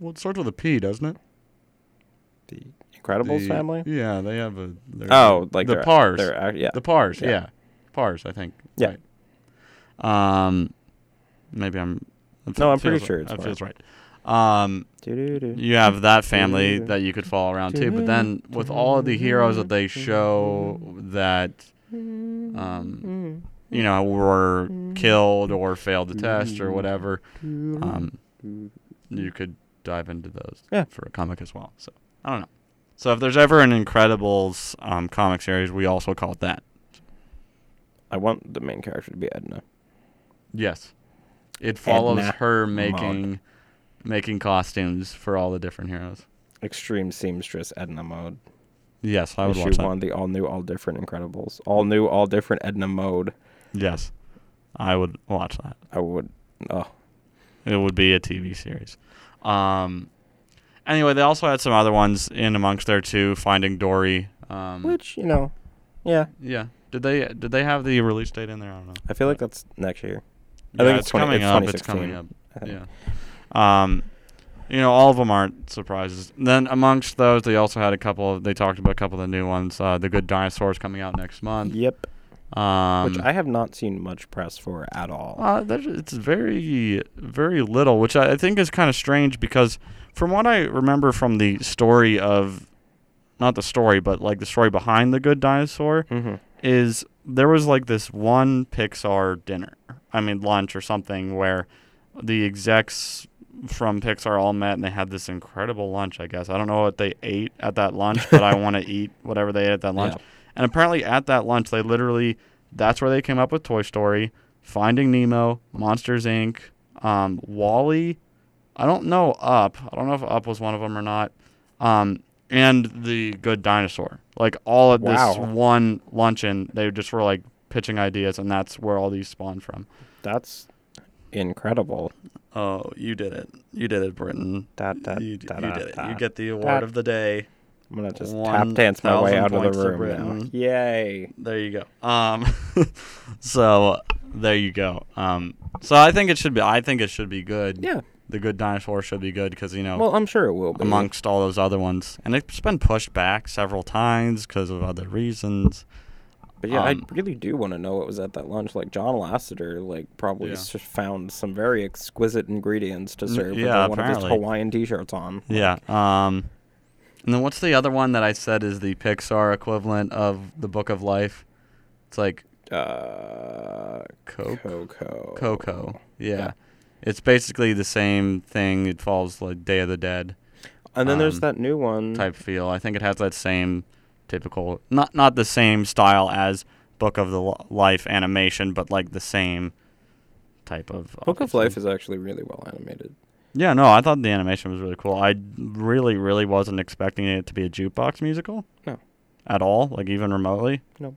S7: Well, it starts with a P, doesn't it?
S1: The Incredibles
S7: The-
S1: family.
S7: Yeah, they have a. their-
S1: Oh, like
S7: the
S1: they're-
S7: Pars.
S1: they're act- yeah.
S7: the Pars.
S1: Yeah.
S7: Yeah. Pars. I think.
S1: Yeah.
S7: Right. Um, maybe I'm. it
S1: No, I'm
S7: feels
S1: pretty
S7: right.
S1: sure it's
S7: That
S1: Pars.
S7: feels right. Um,
S1: Doo-doo-doo.
S7: you have that family that you could follow around too, but then with all of the heroes that they show that, um, you know, were killed or failed the test or whatever, um, you could dive into those
S1: Yeah.
S7: for a comic as well. So I don't know. So if there's ever an Incredibles um, comic series, we also call it that.
S1: I want the main character to be Edna.
S7: Yes, it follows
S1: Edna
S7: her making making costumes for all the different heroes.
S1: Extreme seamstress Edna mode.
S7: Yes, I would
S1: Issue
S7: watch that.
S1: one, the all new, all different Incredibles. All new, all different Edna mode.
S7: Yes, I would watch that.
S1: I would. Oh,
S7: Mm. It would be a TV series. Um, anyway, they also had some other ones in amongst there too. Finding Dory. Um,
S1: which you know, yeah.
S7: yeah. Did they did they have the release date in there? I don't know.
S1: I feel like that's next year.
S7: Yeah,
S1: I think
S7: it's,
S1: it's 20
S7: coming
S1: it's
S7: up. It's coming
S1: 2016,
S7: up.
S1: I think.
S7: Yeah. <laughs> Um, you know, all of them aren't surprises. Then amongst those, they also had a couple. Of, they talked about a couple of the new ones. Uh, the Good Dinosaurs coming out next month.
S1: Yep.
S7: Um,
S1: Which I have not seen much press for at all.
S7: Uh, there's, it's very, very little, which I, I think is kind of strange because, from what I remember from the story of, not the story, but like the story behind the Good Dinosaur,
S1: Mm-hmm.
S7: is there was like this one Pixar dinner, I mean lunch or something, where the execs from Pixar all met and they had this incredible lunch. I guess I don't know what they ate at that lunch, but
S1: <laughs>
S7: I want to eat whatever they ate at that lunch.
S1: Yeah.
S7: And apparently, at that lunch, they literally that's where they came up with Toy Story, Finding Nemo, Monsters Inc., um, Wally. I don't know Up. I don't know if Up was one of them or not. Um, and the Good Dinosaur. Like all at this
S1: Wow.
S7: one luncheon, they just were like pitching ideas, and that's where all these spawned from.
S1: That's incredible.
S7: Oh, you did it. You did it, Britain.
S1: Da, da,
S7: you,
S1: da,
S7: you
S1: da,
S7: did it.
S1: da,
S7: you get the award
S1: da.
S7: of the day.
S1: I'm gonna just
S7: One
S1: tap dance my way
S7: thousand
S1: out of
S7: points
S1: the
S7: to
S1: room.
S7: Britain.
S1: Now. Yay!
S7: There you go. Um, <laughs> so there you go. Um, so I think it should be. I think it should be good.
S1: Yeah.
S7: The good dinosaur should be good because you know
S1: Well, I'm sure it will be.
S7: amongst all those other ones, and it's been pushed back several times because of other reasons.
S1: But yeah,
S7: Um,
S1: I really do want to know what was at that lunch. Like John Lasseter, like probably
S7: Yeah.
S1: s found some very exquisite ingredients to serve with
S7: yeah,
S1: one of
S7: apparently.
S1: his Hawaiian T-shirts on.
S7: Yeah. Um, and then what's the other one that I said is the Pixar equivalent of the Book of Life? It's like
S1: Uh,
S7: Coke.
S1: Coco.
S7: Coco. Yeah. It's basically the same thing. It follows like Day of the Dead
S1: And then there's
S7: um,
S1: that new one.
S7: type feel. I think it has that same typical, not not the same style as Book of the Li- Life animation, but like the same type of.
S1: Book of
S7: obviously.
S1: Life is actually really well animated.
S7: Yeah, no, I thought the animation was really cool. I really, really wasn't expecting it to be a jukebox musical.
S1: No.
S7: At all, like even remotely.
S1: No.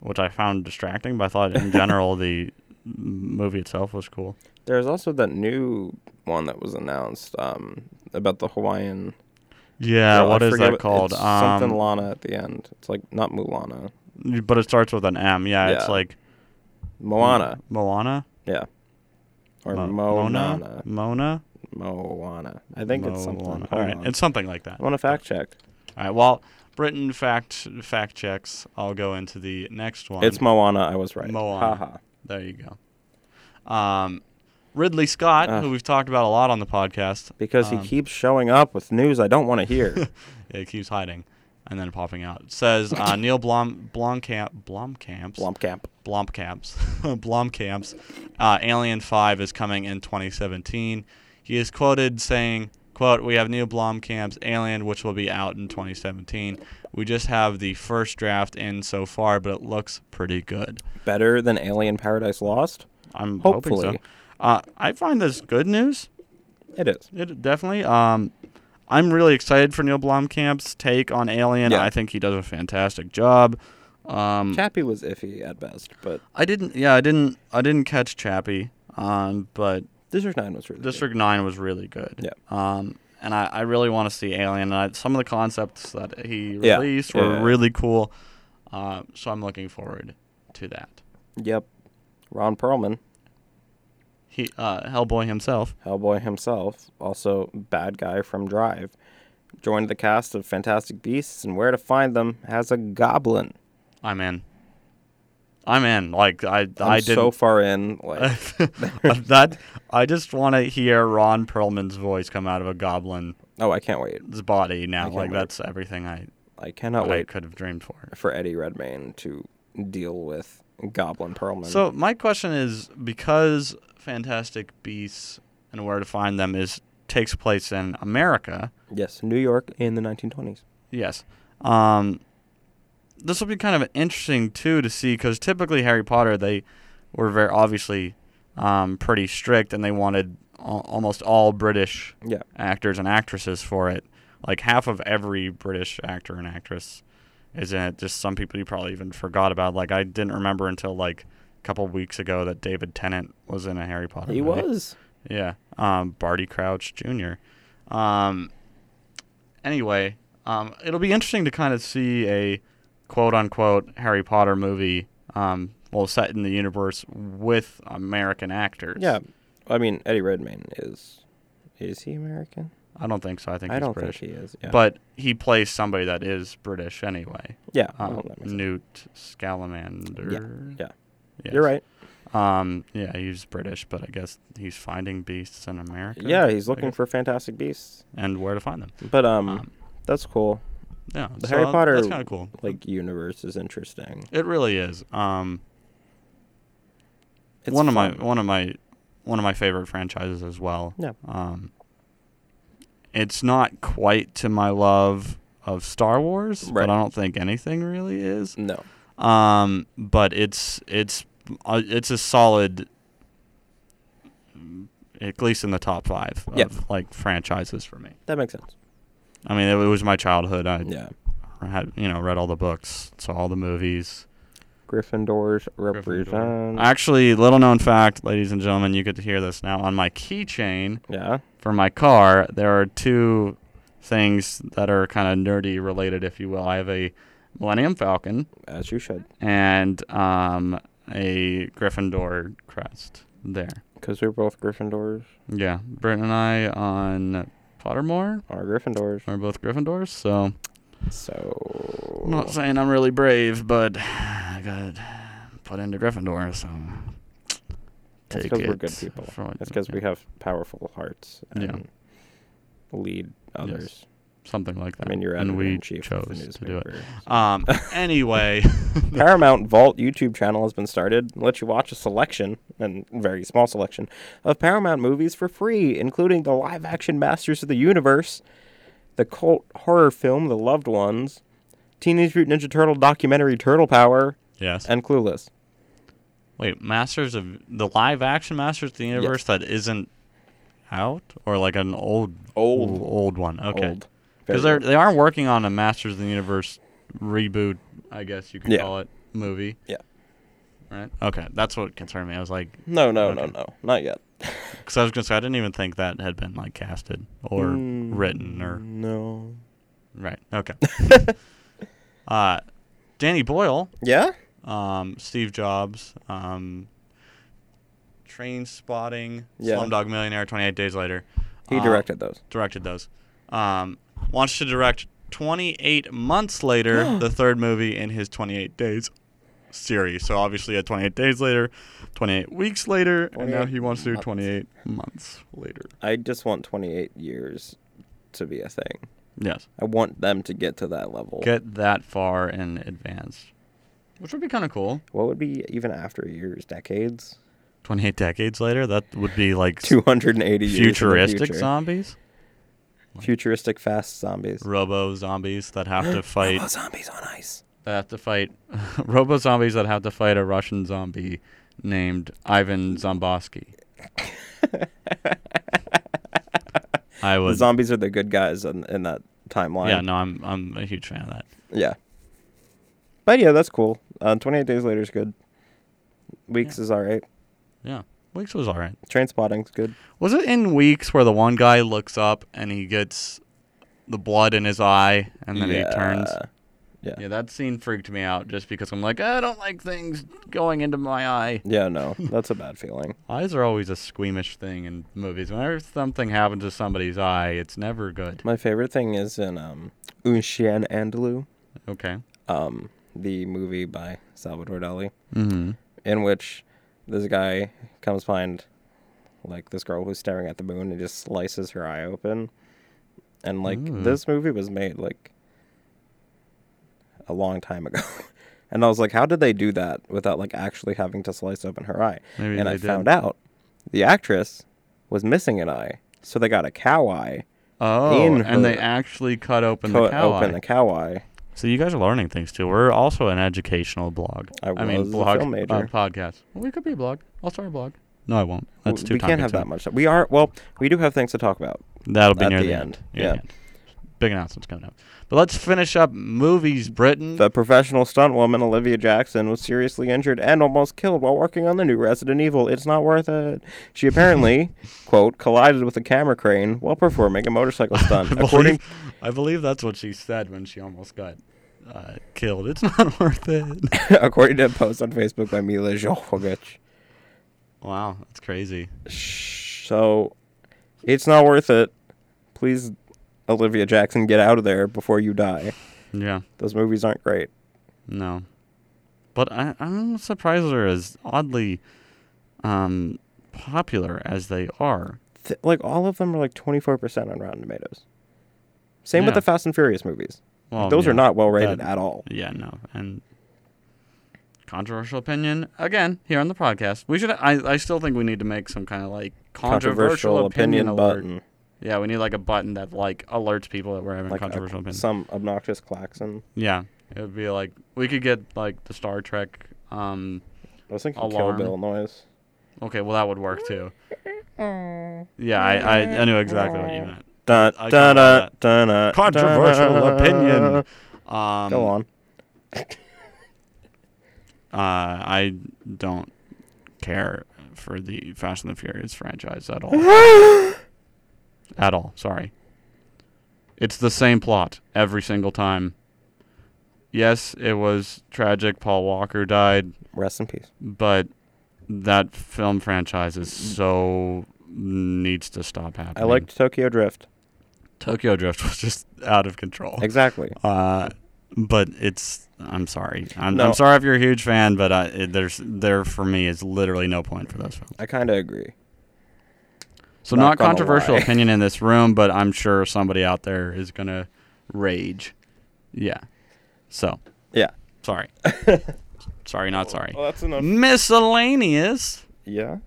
S7: Which I found distracting, but I thought in
S1: <laughs>
S7: general the m- movie itself was cool.
S1: There's also that new one that was announced um, about the Hawaiian.
S7: Yeah,
S1: I
S7: what is
S1: forget
S7: that called?
S1: It's
S7: Um,
S1: something Lana at the end. It's like not Mulana,
S7: but it starts with an M. Yeah, it's
S1: Yeah.
S7: like
S1: Moana.
S7: Moana
S1: Yeah. Or
S7: Hmm. Mo-
S1: Moana.
S7: Mona.
S1: Moana. I think it's something.
S7: Moana.
S1: Hold
S7: All right,
S1: on.
S7: it's something like that.
S1: I want to fact check.
S7: All right, well, Britain fact fact checks. I'll go into the next one.
S1: It's Moana. I was right.
S7: Moana.
S1: Haha.
S7: There you go. Um, Ridley Scott,
S1: Ah.
S7: who we've talked about a lot on the podcast, um,
S1: Because he keeps showing up with news I don't want to
S7: <laughs>
S1: hear.
S7: it keeps hiding and then popping out. It
S1: <laughs>
S7: says uh, Neil Blom Blomkamp Blomkamp's
S1: Blomkamp.
S7: <laughs> Blomkamp's Blomkamp's uh, Alien Five is coming in 2017. He is quoted saying, "Quote: We have Neil Blomkamp's Alien, which will be out in 2017. We just have the first draft in so far, but it looks pretty good."
S1: Better than Alien Paradise Lost?
S7: I'm hoping
S1: Hopefully.
S7: so. Uh, I find this good news.
S1: It is.
S7: It definitely. Um, I'm really excited for Neil Blomkamp's take on Alien.
S1: Yeah.
S7: I think he does a fantastic job. Um,
S1: Chappie was iffy at best, but
S7: I didn't. Yeah, I didn't. I didn't catch Chappie. Um, but
S1: District 9 was really
S7: District Nine was really good.
S1: Yeah.
S7: Um, and I, I really want to see Alien. And I, some of the concepts that he
S1: Yeah.
S7: released
S1: Yeah,
S7: were
S1: yeah, yeah.
S7: really cool. Uh, so I'm looking forward to that.
S1: good. Yep. Ron Perlman,
S7: He uh, Hellboy himself.
S1: Hellboy himself, also bad guy from Drive, joined the cast of Fantastic Beasts and Where to Find Them as a goblin.
S7: I'm in. I'm in. Like I
S1: I'm
S7: I didn't <laughs>
S1: so far in. Like,
S7: that I just want to hear Ron Perlman's voice come out of a goblin's
S1: oh, I can't wait.
S7: body now.
S1: can't
S7: Like
S1: wait.
S7: that's everything I,
S1: I cannot
S7: I
S1: wait
S7: could have dreamed for.
S1: for Eddie Redmayne to deal with Goblin Perlman.
S7: So my question is because Fantastic Beasts and Where to Find Them is takes place in America.
S1: yes, New York in the 1920s.
S7: Yes. Um, this will be kind of interesting too to see because typically Harry Potter they were very obviously um, pretty strict and they wanted al- almost all British
S1: Yeah.
S7: actors and actresses for it. Like half of every British actor and actress is in it. Just some people you probably even forgot about. Like I didn't remember until like a couple weeks ago that David Tennant was in a Harry Potter.
S1: He
S7: movie.
S1: was.
S7: Yeah. Um, Barty Crouch Jr. Um, anyway, um, it'll be interesting to kind of see a quote unquote Harry Potter movie, um, well, set in the universe with American actors.
S1: Yeah. I mean, Eddie Redmayne is. Is he American?
S7: I don't think so. I think
S1: I
S7: he's
S1: don't
S7: British.
S1: think he is. Yeah.
S7: But he plays somebody that is British anyway.
S1: yeah, well,
S7: Um,
S1: Oh, that makes sense.
S7: Newt Scamander.
S1: yeah.
S7: Yes.
S1: You're right.
S7: Um, yeah, he's British, but I guess he's finding beasts in America.
S1: Yeah, he's
S7: I
S1: looking
S7: guess.
S1: for Fantastic Beasts.
S7: and where to find them.
S1: But um,
S7: Um,
S1: that's cool.
S7: Yeah,
S1: The
S7: so
S1: Harry Potter
S7: That's kind of cool.
S1: like universe is interesting.
S7: It really is. Um,
S1: It's
S7: one of my
S1: fun.
S7: one of my one of my favorite franchises as well.
S1: Yeah.
S7: Um, it's not quite to my love of Star Wars,
S1: Right.
S7: but I don't think anything really is.
S1: No.
S7: Um, but it's it's uh, it's a solid, mm, at least in the top five of
S1: Yeah.
S7: like franchises for me.
S1: That makes sense.
S7: I mean, it, was my childhood. I
S1: Yeah.
S7: had you know read all the books, saw all the movies.
S1: Gryffindors represent.
S7: Actually, little known fact, ladies and gentlemen, you could hear this now on my keychain
S1: Yeah.
S7: for my car. There are two things that are kind of nerdy related, if you will. I have a Millennium Falcon
S1: As you should.
S7: and um, a Gryffindor crest there.
S1: Because we're both Gryffindors.
S7: Yeah, Brent and I on Pottermore
S1: Are Gryffindors.
S7: are both Gryffindors, so
S1: So.
S7: I'm not saying I'm really brave, but I got put into Gryffindor, so
S1: That's
S7: take
S1: because
S7: it.
S1: we're good people.
S7: for what-
S1: That's because we have powerful hearts
S7: Yeah.
S1: and lead others.
S7: something like that.
S1: I mean, you're
S7: and we
S1: editor-in-chief of the
S7: chose to do it.
S1: newspaper. <laughs>
S7: Um, anyway,
S1: Paramount Vault YouTube channel has been started. It lets you watch a selection, and very small selection, of Paramount movies for free, including the live action Masters of the Universe, the cult horror film The Loved Ones, Teenage Mutant Ninja Turtle documentary Turtle Power,
S7: <laughs> yes.
S1: and Clueless.
S7: Wait, Masters of the live action Masters of the Universe that isn't out or like an old
S1: Old.
S7: old one. Okay.
S1: Old. Very
S7: Cuz they're
S1: old.
S7: they are working on a Masters of the Universe reboot, I guess you could
S1: Yeah.
S7: call it, movie,
S1: Yeah.
S7: right? Okay, that's what concerned me. I was like
S1: No, no, no,
S7: Okay.
S1: no. Not yet.
S7: cuz I was going to say I didn't even think that had been like casted or
S1: Mm.
S7: written or
S1: No.
S7: right.
S1: <laughs>
S7: Okay. uh Danny Boyle
S1: Yeah?
S7: um, Steve Jobs, um, Train Spotting,
S1: Yeah.
S7: Slumdog Millionaire, 28 Days Later.
S1: He
S7: uh,
S1: directed those.
S7: Directed those. Um, wants to direct 28
S1: <gasps>
S7: months later, the third movie in his 28 Days series. So obviously, at 28 Days later, 28 weeks later, and now
S1: 28
S7: he wants to do
S1: months.
S7: 28 months later.
S1: I just want 28 years to be a thing.
S7: Yes.
S1: I want them to get to that level.
S7: Get that far in advance, which would be kind of cool.
S1: What would be even after years, <laughs> decades?
S7: 28 decades later, that would be like s-
S1: 280 years in the
S7: futuristic
S1: future.
S7: zombies.
S1: futuristic fast zombies.
S7: robo zombies that
S1: <gasps>
S7: have to fight
S1: Oh, zombies on ice.
S7: that have to fight <laughs> robo zombies that have to fight a Russian zombie named Ivan <laughs> Zombosky. I
S1: The
S7: would
S1: zombies are the good guys in, in that timeline.
S7: Yeah, no, I'm I'm a huge fan of that.
S1: Yeah. But yeah, that's cool. Uh, 28 days later is good. Weeks is all right.
S7: Yeah. Weeks was alright.
S1: Train spotting's good.
S7: Was it in Weeks where the one guy looks up and he gets the blood in his eye and then he turns?
S1: Yeah. Yeah.
S7: Yeah, that scene freaked me out just because I'm like, I don't like things going into my eye.
S1: Yeah, no, that's a bad feeling.
S7: Eyes are always a squeamish thing in movies. Whenever something happens to somebody's eye, it's never good.
S1: My favorite thing is in um, Un Chien Andalou,
S7: Okay.
S1: um, the movie by Salvador Dali.
S7: Mm-hmm.
S1: in which this guy comes find like this girl who's staring at the moon and just slices her eye open. And like
S7: Ooh.
S1: this movie was made like a long time ago. <laughs> and I was like, how did they do that without like actually having to slice open her eye?
S7: Maybe
S1: and I
S7: they did.
S1: found out the actress was missing an eye. So they got a cow eye,
S7: Oh,
S1: In
S7: and they
S1: her-
S7: actually cut open the
S1: cut
S7: cow
S1: open
S7: eye.
S1: the cow eye.
S7: So you guys are learning things too. We're also an educational blog.
S1: I was
S7: mean,
S1: a
S7: blog,
S1: film major.
S7: uh, podcast. Well, we could be a blog. I'll start a blog. No, I won't. That's too
S1: we can't have that much.
S7: time-consuming.
S1: We are well. We do have things to talk about.
S7: That'll be
S1: at
S7: near
S1: the
S7: the
S1: end.
S7: Near
S1: Yeah.
S7: the end. Big announcements coming up. But let's finish up movies, Britain.
S1: The professional stunt woman Olivia Jackson was seriously injured and almost killed while working on the new Resident Evil. It's not worth it. She
S7: <laughs>
S1: apparently, quote, collided with a camera crane while performing a motorcycle
S7: <laughs>
S1: stunt.
S7: <laughs> I
S1: According <laughs>
S7: believe, I believe that's what she said when she almost got uh, killed. It's not <laughs> worth it.
S1: <laughs> according to a post on Facebook by Mila Jovovich.
S7: wow, that's crazy.
S1: So, it's not worth it. Please, Olivia Jackson, get out of there before you die.
S7: Yeah,
S1: Those movies aren't great.
S7: no. But I, I'm surprised they're as oddly um, popular as they are.
S1: Th- like all of them are like 24% on Rotten Tomatoes. Same
S7: Yeah.
S1: with the Fast and Furious movies.
S7: Well,
S1: Those
S7: yeah,
S1: are not well rated
S7: that-
S1: at all.
S7: Yeah, no. And controversial opinion again here on the podcast. We should. I, I still think we need to make some kind of like controversial, opinion, alert.
S1: button.
S7: Yeah, we need like a button that like alerts people that we're having
S1: like a-
S7: controversial opinion.
S1: some obnoxious klaxon.
S7: Yeah, it would be like we could get like the Star Trek. Um,
S1: I was thinking
S7: Alarm.
S1: Kill Bill noise.
S7: okay, well that would work too. Yeah, I, I, I knew exactly what you meant.
S1: Dun,
S7: I
S1: dun,
S7: got
S1: dun, dun,
S7: that.
S1: dun, <laughs>
S7: Controversial
S1: dun.
S7: opinion. Um,
S1: Go on.
S7: Uh, I don't care for the Fast and the Furious franchise
S1: <laughs>
S7: at all. at all. Sorry. It's the same plot every single time. Yes, it was tragic. Paul Walker died,
S1: Rest in peace.
S7: but that film franchise is so needs to stop happening.
S1: I liked Tokyo
S7: <laughs>
S1: Drift.
S7: Tokyo Drift was just out of control.
S1: Exactly.
S7: Uh, but it's I'm sorry. I'm,
S1: No.
S7: I'm sorry if you're a huge fan, but I, it, there's there for me is literally no point for those films.
S1: I kind of agree.
S7: So
S1: Not
S7: not,
S1: gonna
S7: controversial
S1: lie.
S7: opinion in this room, but I'm sure somebody out there is gonna rage. Yeah. So
S1: Yeah. <laughs>
S7: sorry. sorry, not sorry.
S1: that's enough.
S7: Miscellaneous.
S1: Yeah.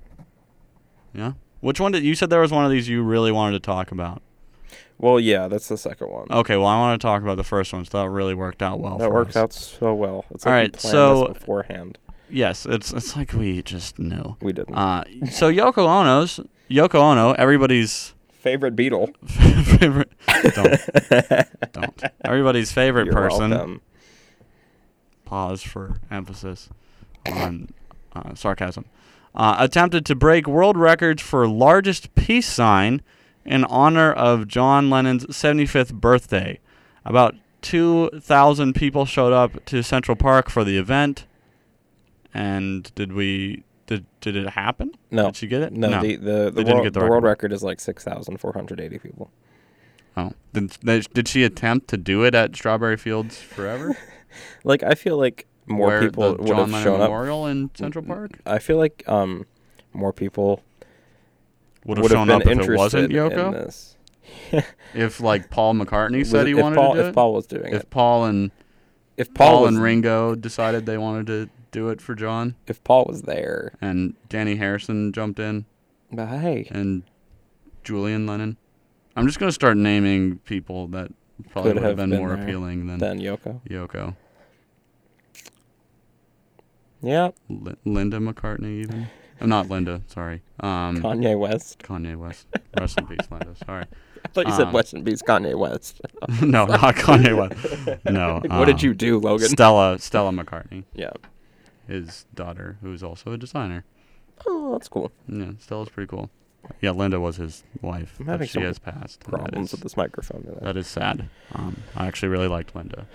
S7: Yeah. Which one did you said there was one of these you really wanted to talk about?
S1: Well, yeah, that's the second one.
S7: Okay, well I want to talk about the first one. So that really worked out well.
S1: that
S7: for
S1: worked
S7: us.
S1: out so well. It's like
S7: All
S1: we
S7: right,
S1: planned
S7: so-
S1: this beforehand.
S7: Yes, it's it's like we just knew.
S1: We didn't.
S7: Uh, so Yoko Ono's Yoko Ono, everybody's <laughs>
S1: Favorite Beetle.
S7: favorite.
S1: <laughs>
S7: Don't, don't. Everybody's favorite
S1: You're
S7: person.
S1: welcome.
S7: Pause for emphasis on uh, sarcasm. Uh, attempted to break world records for largest peace sign in honor of John Lennon's 75th birthday. About 2,000 people showed up to Central Park for the event. And did we? Did did it happen?
S1: No.
S7: Did you get it?
S1: No, the, the, the,
S7: They didn't
S1: world,
S7: get
S1: the
S7: the
S1: world
S7: record.
S1: record is like 6,480 people.
S7: Oh, did, they- did she attempt to do it at Strawberry Fields Forever?
S1: Like, I feel like more
S7: Where
S1: people
S7: the
S1: would
S7: John
S1: have
S7: Lennon
S1: shown up.
S7: Memorial in Central Park
S1: I feel like um, more people
S7: would have
S1: would have
S7: shown
S1: been
S7: up if
S1: interested
S7: it
S1: in
S7: wasn't Yoko.
S1: this.
S7: If like Paul McCartney said
S1: Was-
S7: he
S1: if
S7: wanted
S1: Paul,
S7: to do
S1: if
S7: it.
S1: Paul was doing
S7: if
S1: it.
S7: Paul and
S1: If
S7: Paul,
S1: Paul, was,
S7: and Ringo decided they wanted to do it for John,
S1: If Paul was there.
S7: and Danny Harrison jumped in,
S1: But hey,
S7: and Julian Lennon. I'm just gonna start naming people that probably
S1: Could
S7: would
S1: have
S7: have been,
S1: been
S7: more
S1: there.
S7: appealing than
S1: then Yoko.
S7: Yoko,
S1: Yeah,
S7: Li- Linda McCartney even. Oh, not Linda, sorry. Um,
S1: Kanye West. <laughs>
S7: Kanye West. Rest in peace, Linda. Sorry.
S1: I thought you said
S7: Um,
S1: West and Beast Kanye West. <laughs>
S7: <laughs> no, not Kanye West. No.
S1: what did
S7: um,
S1: you do, Logan?
S7: Stella Stella McCartney,
S1: Yeah.
S7: his daughter, who is also a designer.
S1: Oh, that's cool.
S7: Yeah, Stella's pretty cool. Yeah, Linda was his wife.
S1: I'm
S7: but
S1: having
S7: she
S1: some
S7: has passed. and That
S1: Problems
S7: is,
S1: with this microphone. today.
S7: that is sad. Um, I actually really liked Linda.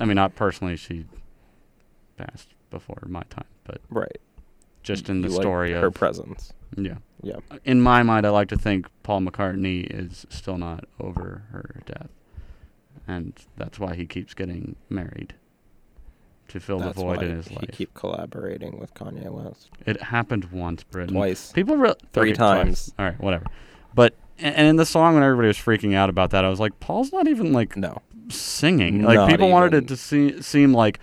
S7: I mean, not personally, she passed before my time, but
S1: Right.
S7: just in the
S1: You like
S7: story
S1: her
S7: of
S1: presence.
S7: yeah.
S1: Yeah.
S7: In my mind, I like to think Paul McCartney is still not over her death, and that's why he keeps getting married to fill
S1: That's
S7: the void
S1: why
S7: in his
S1: he
S7: life.
S1: keep collaborating with Kanye West.
S7: It happened once, Britain.
S1: Twice.
S7: People re-
S1: Three
S7: okay, twice.
S1: times.
S7: All right, whatever. But and and in the song, when everybody was freaking out about that, I was like, Paul's not even like
S1: No.
S7: singing. Like
S1: Not
S7: people wanted
S1: even.
S7: it to see, seem like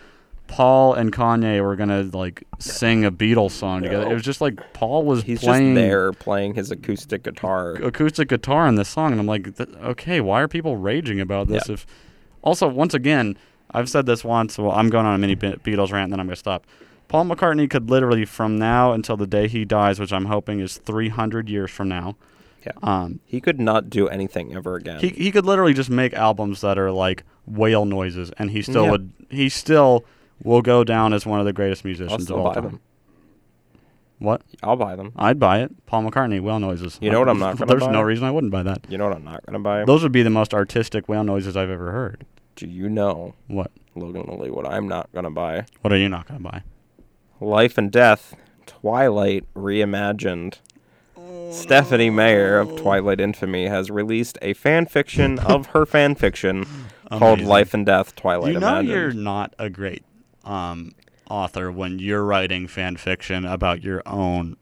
S7: Paul and Kanye were gonna like sing a Beatles song together.
S1: No.
S7: It was just like Paul was
S1: He's
S7: playing
S1: just there playing his acoustic guitar.
S7: acoustic guitar in this song, and I'm like, "Th- okay, why are people raging about this?
S1: Yeah.
S7: If also once again, I've said this once. Well, I'm going on a mini Be- Beatles rant, and then I'm gonna stop. Paul McCartney could literally, from now until the day he dies, which I'm hoping is 300 years from now,
S1: Yeah.
S7: um,
S1: he could not do anything ever again.
S7: he he could literally just make albums that are like whale noises, and he still
S1: Yeah.
S7: would he still will go down as one of the greatest
S1: I'll
S7: musicians of
S1: still
S7: all
S1: buy
S7: time.
S1: them.
S7: What?
S1: I'll buy them.
S7: I'd buy it. Paul McCartney, whale noises.
S1: You know
S7: <laughs>
S1: what I'm not gonna
S7: There's
S1: buy?
S7: no reason I wouldn't buy that.
S1: You know what I'm not gonna buy?
S7: Those would be the most artistic whale noises I've ever heard.
S1: do you know,
S7: What?
S1: Logan Lilly, what I'm not gonna buy?
S7: What are you not gonna buy?
S1: Life and Death, Twilight Reimagined. Stephanie Mayer of Twilight Infamy has released a fan fiction of her fan fiction called
S7: <laughs> Amazing.
S1: Life and Death Twilight
S7: you know
S1: Imagined.
S7: you're not a great um, author when you're writing fan fiction about your own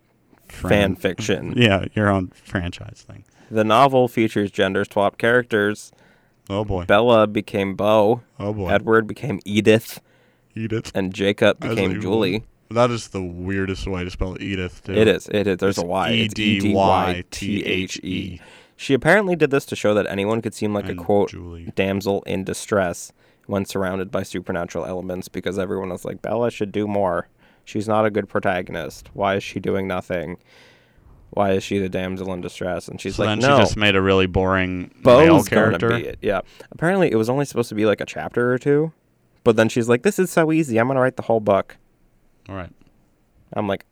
S1: fan
S7: fran-
S1: fiction.
S7: <laughs> Yeah, your own franchise thing.
S1: The novel features gender swap characters.
S7: Oh boy.
S1: Bella became Beau,
S7: oh boy.
S1: Edward became Edith,
S7: Edith.
S1: and Jacob
S7: That's
S1: became
S7: evil.
S1: Julie.
S7: That is the weirdest way to spell Edith. Too.
S1: It is. It is. There's a Y. It's
S7: E D Y T H E.
S1: E-D-Y-T-H-E. She apparently did this to show that anyone could seem like
S7: And
S1: a quote
S7: Julie.
S1: damsel in distress when surrounded by supernatural elements because everyone was like, Bella should do more. She's not a good protagonist. Why is she doing nothing? Why is she the damsel in distress? And she's
S7: So
S1: like,
S7: then
S1: no.
S7: she just made a really boring male
S1: Bo's gonna
S7: character.
S1: be it. Yeah. Apparently, it was only supposed to be like a chapter or two, but then she's like, "This is so easy. I'm gonna write the whole book."
S7: All right. <laughs>
S1: I'm like,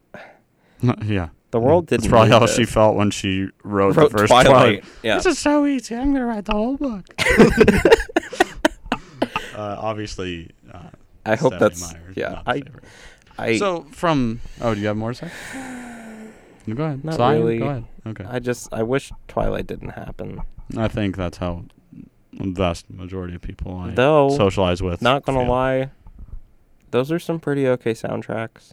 S7: yeah.
S1: the world didn't.
S7: That's probably
S1: need
S7: how
S1: this.
S7: she felt when she wrote,
S1: Wrote
S7: the first
S1: Twilight.
S7: Twilight.
S1: Yeah.
S7: This is so easy. I'm gonna write the
S1: <laughs>
S7: whole book. uh, obviously. Uh,
S1: I hope
S7: Stephanie
S1: that's
S7: Meyer's
S1: yeah.
S7: not my
S1: I
S7: favorite.
S1: I
S7: So from oh, do you have more to say? No, Go ahead.
S1: Not
S7: Zion,
S1: really.
S7: Go ahead. Okay.
S1: I just I wish Twilight didn't happen.
S7: I think that's how the vast majority of people I
S1: Though,
S7: socialize with.
S1: Not gonna
S7: feel.
S1: lie, those are some pretty okay soundtracks.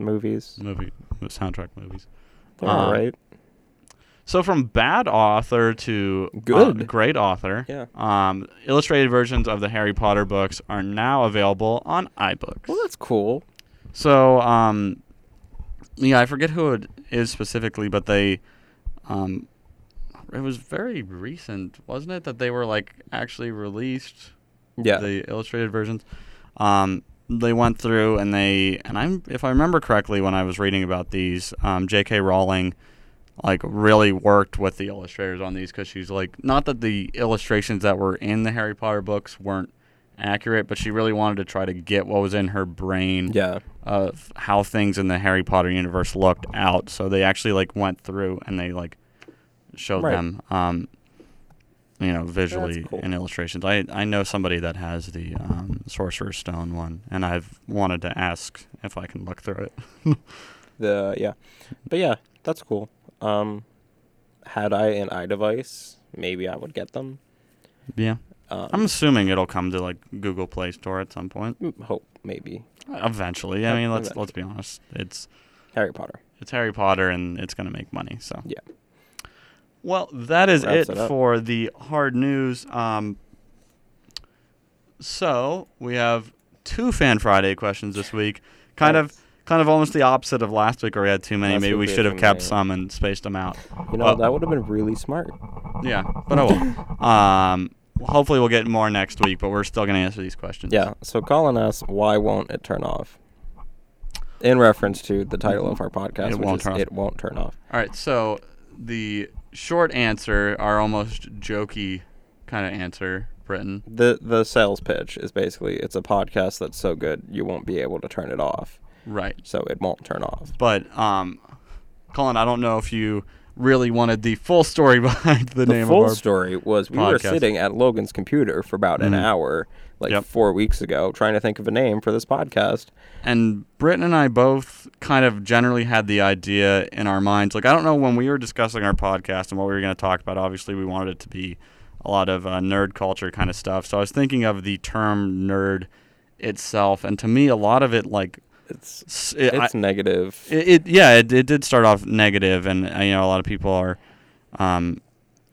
S1: Movies,
S7: Movie the soundtrack movies.
S1: they're
S7: Uh,
S1: all right.
S7: So from bad author to uh,
S1: Good.
S7: great author.
S1: Yeah.
S7: Um, illustrated versions of the Harry Potter books are now available on iBooks.
S1: Well, that's cool.
S7: So, um, yeah, I forget who it is specifically, but they, um, it was very recent, wasn't it? That they were like actually released
S1: Yeah,
S7: the illustrated versions. Um, they went through and they and I'm if I remember correctly when I was reading about these, um, J.K. Rowling like really worked with the illustrators on these because she's like not that the illustrations that were in the Harry Potter books weren't accurate, but she really wanted to try to get what was in her brain
S1: yeah.
S7: of how things in the Harry Potter universe looked out. So they actually like went through and they like showed
S1: Right.
S7: them, um, you know, visually
S1: cool.
S7: in illustrations. I I know somebody that has the um, Sorcerer's Stone one, and I've wanted to ask if I can look through it.
S1: The yeah, but yeah, that's cool. Um, had I an iDevice, maybe I would get them. Um,
S7: yeah. I'm assuming it'll come to like Google Play Store at some point.
S1: Mm, Hope maybe
S7: Eventually, I
S1: Ev-
S7: mean, let's let's be honest. It's
S1: Harry Potter.
S7: it's Harry Potter and it's going to make money. So
S1: Yeah.
S7: Well, that is
S1: Wraps
S7: it,
S1: it up.
S7: for the hard news. Um, so we have two Fan Friday questions this week. Kind of, kind of almost the opposite of last week, where we had too many.
S1: Last
S7: Maybe
S1: week
S7: we
S1: we had
S7: should have
S1: too
S7: kept
S1: many.
S7: some and spaced them out.
S1: You know
S7: Well-
S1: that would have been really smart.
S7: Yeah, but oh well. Um, hopefully we'll get more next week, but we're still going to answer these questions.
S1: Yeah. So Colin asks, why won't it turn off? In reference to the title of our podcast,
S7: It
S1: which
S7: won't
S1: is
S7: turn off.
S1: "It Won't Turn Off."
S7: All right, so the short answer, our almost jokey kind of answer, Britain.
S1: the the sales pitch is basically it's a podcast that's so good you won't be able to turn it off
S7: Right.
S1: so it won't turn off
S7: But um, Colin, I don't know if you really wanted the full story <laughs> behind the,
S1: the
S7: name
S1: full
S7: of our
S1: story was we were
S7: podcast. Mm-hmm.
S1: sitting at logan's computer for about an hour like
S7: Yep.
S1: four weeks ago trying to think of a name for this podcast
S7: and Britton and I both kind of generally had the idea in our minds. Like I don't know when we were discussing our podcast and what we were going to talk about. Obviously, we wanted it to be a lot of uh, nerd culture kind of stuff. So I was thinking of the term nerd itself, and to me, a lot of it like
S1: it's
S7: s- I-
S1: it's negative
S7: It, it yeah, it, it did start off negative, and uh, you know a lot of people are um,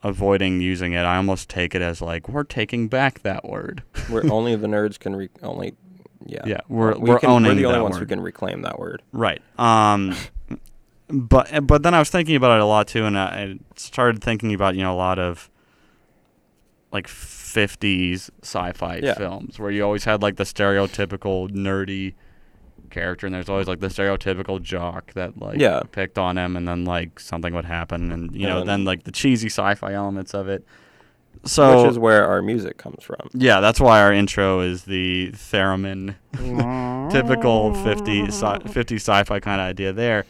S7: avoiding using it. I almost take it as like we're taking back that word. <laughs>
S1: where only the nerds can re- only yeah
S7: Yeah, we're-
S1: we
S7: we're
S1: can, we're
S7: owning
S1: the only
S7: that
S1: ones who
S7: word.
S1: can reclaim that word
S7: Right. Um, but but then I was thinking about it a lot too, and I I started thinking about you know a lot of like '50s sci-fi
S1: Yeah.
S7: films where you always had like the stereotypical nerdy character, and there's always like the stereotypical jock that like
S1: Yeah.
S7: picked on him, and then like something would happen, and you
S1: And
S7: know
S1: then-
S7: then, like the cheesy sci-fi elements of it. So
S1: which is where our music comes from
S7: yeah, that's why our intro is the theremin, typical 50 sci- 50 sci-fi kind of idea there.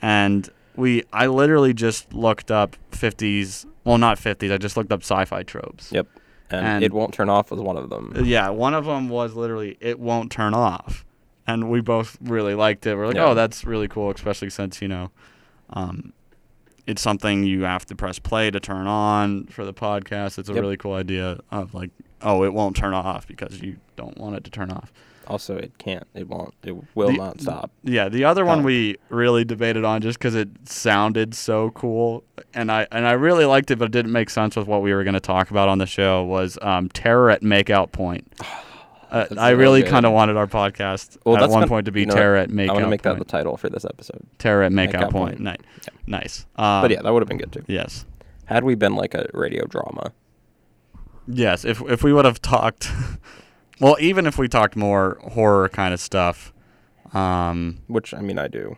S7: And we I literally just looked up 50s, well not 50s, I just looked up sci-fi tropes.
S1: yep and,
S7: And- Uh,
S1: it won't turn off was one of them
S7: Yeah, one of them was literally it won't turn off. And we both really liked it. We're like,
S1: Yeah.
S7: "Oh, that's really cool, especially since, you know, um it's something you have to press play to turn on for the podcast. It's a
S1: Yep.
S7: really cool idea of like, oh, it won't turn off because you don't want it to turn off.
S1: also it can't it won't it will
S7: The-
S1: not stop
S7: Yeah, the other one
S1: Huh.
S7: we really debated on just because it sounded so cool, and I and I really liked it, but it didn't make sense with what we were going to talk about on the show. Was um, terror at
S1: <sighs>
S7: makeout point? Uh, I
S1: really
S7: really
S1: good.
S7: kind of wanted our podcast
S1: Well,
S7: at
S1: that's
S7: one
S1: gonna-
S7: point to be
S1: you know what?
S7: terror at makeout
S1: I want to make
S7: point.
S1: that the title for this episode.
S7: terror at makeout,
S1: Makeout
S7: point.
S1: Point.
S7: Nice, nice. Um,
S1: But yeah, that would have been good too.
S7: yes,
S1: Had we been like a radio drama,
S7: yes. If if we would have talked, <laughs> well, even if we talked more horror kind of stuff, um,
S1: which I mean I do.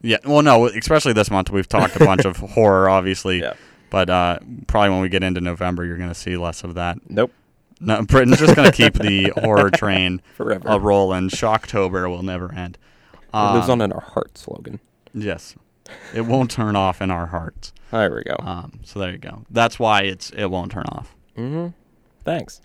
S7: Yeah. Well, no, especially this month we've talked a bunch
S1: <laughs>
S7: of horror, obviously.
S1: Yeah.
S7: But uh, probably when we get into November, you're going to see less of that.
S1: Nope.
S7: No, <laughs> Britain's just going to keep the
S1: <laughs>
S7: horror train
S1: Forever.
S7: a rolling. Shocktober will never end.
S1: it lives
S7: Um,
S1: on in our hearts, slogan.
S7: Yes, it won't turn off in our hearts.
S1: There we go.
S7: Um, so there you go. That's why it's it won't turn off.
S1: Thanks.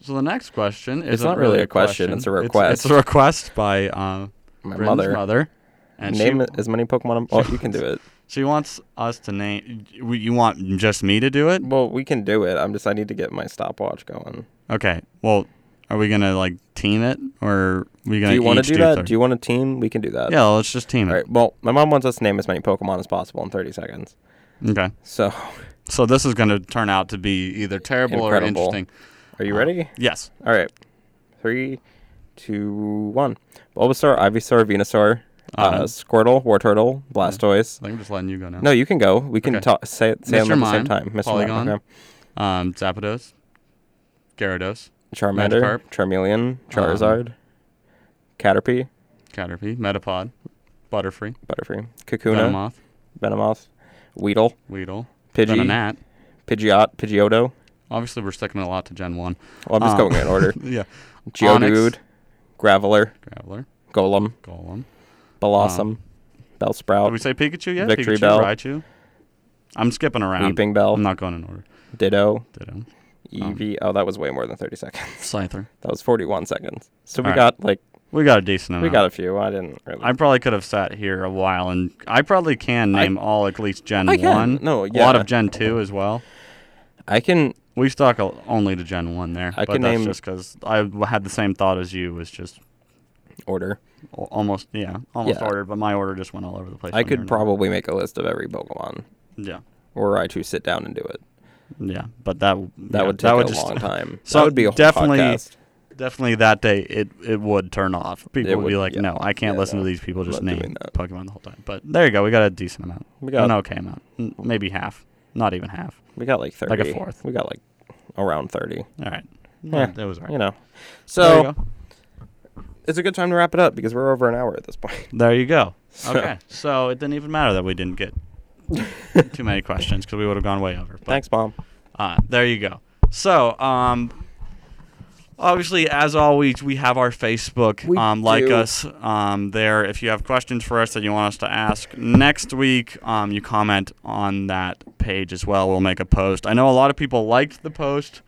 S7: So the next question is
S1: It's not
S7: really,
S1: really
S7: a
S1: a question, it's a request.
S7: It's, a request by uh,
S1: My
S7: Bryn's
S1: mother.
S7: mother, and
S1: Name
S7: she,
S1: as many Pokemon. Oh, you can do it.
S7: she wants us to name. w- You want just me to do it?
S1: Well, we can do it. I'm just. I need to get my stopwatch going.
S7: Okay. Well, are we gonna like team it, or are we gonna?
S1: Do you want to
S7: each
S1: do that?
S7: third?
S1: Do you want a team? We can do that.
S7: yeah, let's just team it.
S1: All right. Well, my mom wants us to name as many Pokemon as possible in 30 seconds.
S7: Okay.
S1: So,
S7: So this is gonna turn out to be either terrible or
S1: Incredible.
S7: interesting.
S1: are
S7: Ah.
S1: you ready?
S7: Yes.
S1: All right. Three, two, one. Bulbasaur, Ivysaur, Venusaur, uh,
S7: Uh-huh.
S1: Squirtle, Wartortle, Blastoise.
S7: I think I'm just letting you go now.
S1: No, you can go. We can
S7: Okay.
S1: ta- say, it- say
S7: Mr.
S1: them at the same
S7: Mime,
S1: time. Mr. Mime,
S7: Polygon,
S1: okay.
S7: Um, Zapdos, Gyarados,
S1: Charmander,
S7: Magikarp. Um,
S1: Charmeleon, Charizard, Caterpie,
S7: Caterpie, Metapod, Butterfree,
S1: Butterfree, Kakuna,
S7: Venomoth,
S1: Venomoth, Weedle,
S7: Weedle,
S1: Pidgey,
S7: Venonat.
S1: Pidgeot, Pidgeotto.
S7: Obviously, we're sticking a lot to Gen One. <laughs>
S1: Well, I'm just
S7: Uh,
S1: going in
S7: <laughs>
S1: order.
S7: yeah.
S1: Geodude, Graveler,
S7: Graveler,
S1: Golem,
S7: Golem.
S1: Blossom,
S7: Did
S1: Bellsprout,
S7: we say Pikachu yet?
S1: Victory
S7: Pikachu,
S1: Bell.
S7: Raichu. I'm skipping around.
S1: Weeping Bell.
S7: I'm not going in order.
S1: Ditto,
S7: Ditto.
S1: Eevee. oh, that was way more than 30 seconds.
S7: Scyther.
S1: That was 41 seconds. So we
S7: Alright.
S1: got like
S7: We got a decent amount.
S1: we got a few. I didn't really.
S7: I probably could have sat here a while, and I probably can name all at least Gen
S1: I can.
S7: One.
S1: No,
S7: a lot
S1: yeah.
S7: of Gen Two as well.
S1: I can
S7: We stuck a- only to Gen One there,
S1: I
S7: but
S1: can
S7: that's
S1: name-
S7: just because I w- had the same thought as you. Was just
S1: order.
S7: al- almost yeah, almost
S1: Yeah.
S7: ordered, but my order just went all over the place.
S1: I
S7: one
S1: could
S7: here and
S1: probably make a list of every Pokemon,
S7: there.
S1: or I to sit down and do it.
S7: yeah, yeah, but that w-
S1: That
S7: yeah,
S1: would take
S7: that would
S1: a
S7: just,
S1: long time.
S7: So
S1: that would be a whole
S7: definitely-
S1: podcast.
S7: <laughs> Definitely that day it it would turn off. People
S1: It
S7: would, be
S1: would,
S7: like,
S1: yeah.
S7: no, I can't
S1: Yeah,
S7: listen
S1: no,
S7: to these people just
S1: I'm not doing
S7: name
S1: that.
S7: Pokemon the whole time. But there you go, we got a decent amount.
S1: We got-
S7: an okay amount, N- maybe half, not even half.
S1: We got like 30.
S7: Like a fourth.
S1: We got like around 30.
S7: All right,
S1: Yeah,
S7: that was all right.
S1: You know. So
S7: There you go.
S1: it's a good time to wrap it up because we're over an hour at this point. <laughs>
S7: There you go.
S1: So-
S7: Okay. <laughs> So it didn't even matter that we
S1: <laughs>
S7: didn't get too many questions because we would have gone way over. But,
S1: Thanks, mom.
S7: Uh, there you go. So, um, obviously, as always, we have our Facebook.
S1: We
S7: um, like
S1: do.
S7: us um, there. If you have questions for us that you want us to ask next week, um, you comment on that page as well. We'll make a post. I know a lot of people liked the post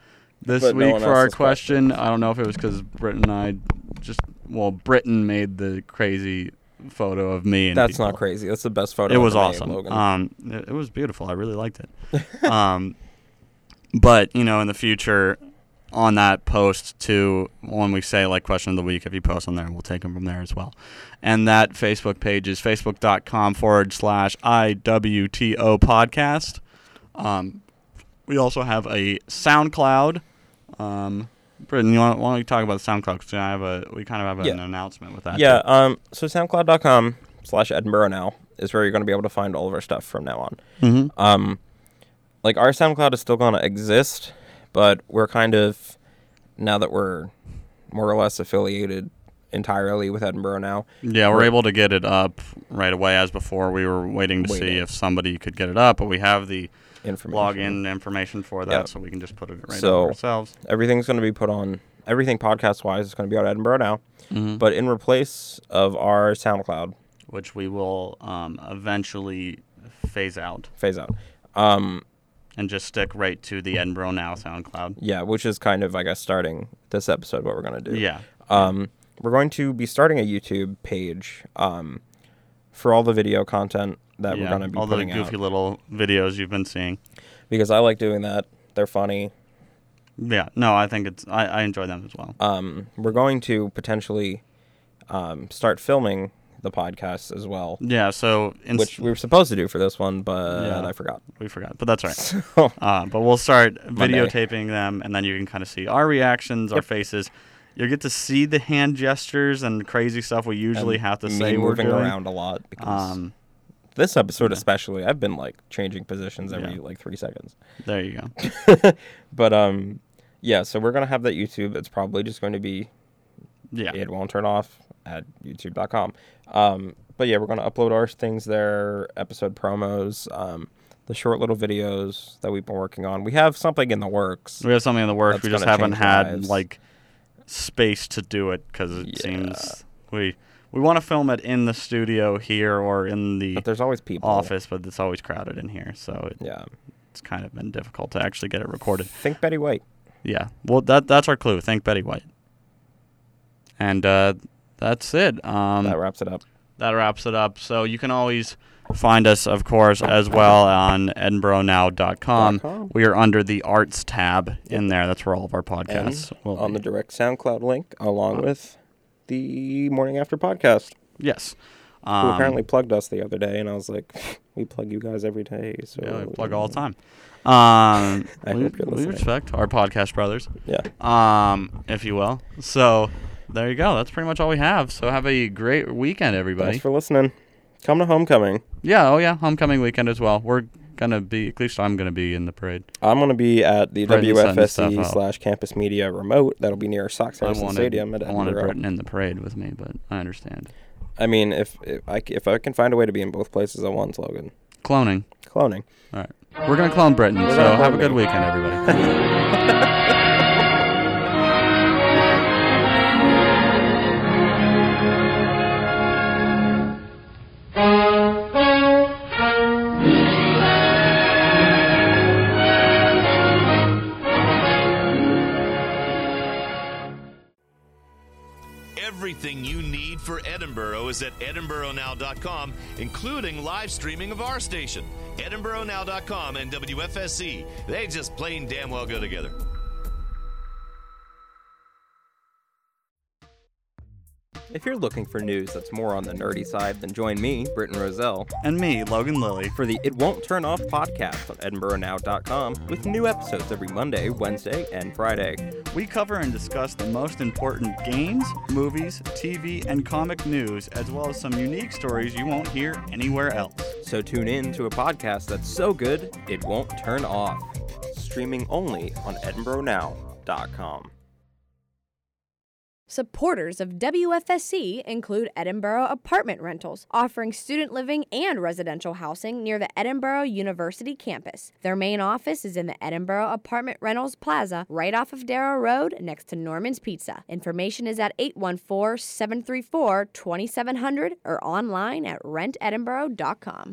S7: this
S1: But no
S7: week
S1: one
S7: for our
S1: asked us
S7: question. I don't know if it was because Britain and I just well, Britain made the crazy photo of me. And
S1: That's not
S7: people.
S1: crazy. That's the best photo.
S7: It was
S1: ever made,
S7: awesome.
S1: Logan.
S7: Um, it, it was beautiful. I really liked it. <laughs> um, but you know, in the future, on that post too, when we say like question of the week, if you post on there, we'll take them from there as well. And that Facebook page is facebook.com forward slash IWTO podcast. Um, we also have a SoundCloud. Um, Britton, you want, why don't you talk about SoundCloud? Because I have a we kind of have an
S1: Yeah.
S7: announcement with that.
S1: yeah. Um. So SoundCloud.com slash Edinburgh now is where you're going to be able to find all of our stuff from now on.
S7: Mm-hmm.
S1: Um, like our SoundCloud is still going to exist, but we're kind of now that we're more or less affiliated entirely with Edinburgh now.
S7: Yeah, we're able to get it up right away. As before, we were waiting to see
S1: Waiting.
S7: if somebody could get it up, but we have the
S1: Information.
S7: login information for that,
S1: Yeah.
S7: so we can just put it right
S1: So-
S7: up ourselves.
S1: Everything's going to be put on. Everything podcast wise is going to be on Edinburgh now,
S7: Mhm.
S1: but in replace of our SoundCloud
S7: Which we will um, eventually phase out
S1: phase out. Um,
S7: and just stick right to the Edinburgh Now SoundCloud.
S1: yeah, which is kind of I guess starting this episode what we're going to do.
S7: Yeah,
S1: Um, we're going to be starting a YouTube page um, for all the video content that we're
S7: yeah.
S1: going to be
S7: all the
S1: putting
S7: goofy
S1: out
S7: little videos you've been seeing.
S1: because I like doing that. They're funny.
S7: Yeah, no, I think it's I, I enjoy them as well.
S1: Um, we're going to potentially um, start filming the podcast as well,
S7: yeah, so in,
S1: which we were supposed to do for this one, but
S7: Yeah.
S1: I
S7: <laughs>
S1: forgot. <laughs>
S7: we forgot, but that's all right.
S1: So,
S7: Uh, but we'll start
S1: Monday.
S7: videotaping them, and then you can kind of see our reactions, our faces. You'll get to see the hand gestures and crazy stuff we usually have to
S1: me
S7: say we're
S1: moving
S7: doing.
S1: around a lot because
S7: Um,
S1: this episode especially, I've been like changing positions every
S7: Yeah.
S1: like three seconds.
S7: there you
S1: <laughs>
S7: go.
S1: But um, yeah, so we're gonna have that YouTube. It's probably just going to be
S7: Yeah,
S1: it won't turn off at youtube.com um, but yeah we're going to upload our things there episode promos um, the short little videos that we've been working on. We have something in the works.
S7: We have something in the works.
S1: That's
S7: we just
S1: gonna
S7: haven't
S1: change
S7: had
S1: lives.
S7: like space to do it because it
S1: Yeah.
S7: seems we we want to film it in the studio here or in the
S1: But there's always people.
S7: office, but it's always crowded in here, so it,
S1: Yeah.
S7: it's kind of been difficult to actually get it recorded.
S1: Think Betty White.
S7: Yeah. Well, that that's our clue. Thank Betty White. And uh, that's it. Um,
S1: That wraps it up.
S7: that wraps it up. So you can always find us, of course, as well on edinburghnow.com.
S1: com.
S7: We are under the arts tab in there. That's where all of our podcasts
S1: And
S7: will
S1: on
S7: be.
S1: the direct SoundCloud link, along
S7: Uh,
S1: with the Morning After podcast,
S7: yes.
S1: who
S7: Um,
S1: apparently plugged us the other day, and I was like, "We plug you guys every day." So
S7: yeah, we plug all
S1: <laughs>
S7: the time. Um,
S1: I
S7: we,
S1: hope you're
S7: we
S1: listening.
S7: respect our podcast brothers,
S1: Yeah.
S7: um, if you will. So there you go. That's pretty much all we have. So have a great weekend, everybody.
S1: Thanks for listening. Come to homecoming.
S7: yeah. Oh yeah. Homecoming weekend as well. We're gonna be at least I'm gonna be in the parade.
S1: I'm gonna be at the
S7: Britain setting stuff
S1: WFSC
S7: up.
S1: slash Campus Media remote. That'll be near Sox
S7: I
S1: Harrison
S7: wanted,
S1: Stadium at
S7: I wanted
S1: Edinburgh.
S7: Britain in the parade with me, but I understand.
S1: I mean, if, if I c- if I can find a way to be in both places at once, Logan.
S7: Cloning.
S1: Cloning.
S7: All right. We're going to clone Britain, so
S1: gonna
S7: have a
S1: clone
S7: good weekend, everybody.
S2: Everything you need for Edinburgh is at edinburghnow.com, including live streaming of our station, edinburghnow.com and WFSC. E, They just plain damn well go together.
S1: If you're looking for news that's more on the nerdy side, then join me, Britton Roselle,
S7: <laughs> and me, Logan Lilly.
S1: for the It Won't Turn Off podcast on EdinburghNow.com with new episodes every Monday, Wednesday, and Friday.
S7: We cover and discuss the most important games, movies, TV, and comic news, as well as some unique stories you won't hear anywhere else.
S1: So tune in to a podcast that's so good it won't turn off. Streaming only on EdinburghNow.com.
S3: Supporters of WFSC include Edinburgh Apartment Rentals, offering student living and residential housing near the Edinburgh University campus. Their main office is in the Edinburgh Apartment Rentals Plaza, right off of Darrow Road, next to Norman's Pizza. Information is at 814 734 2700 or online at rentedinburgh.com.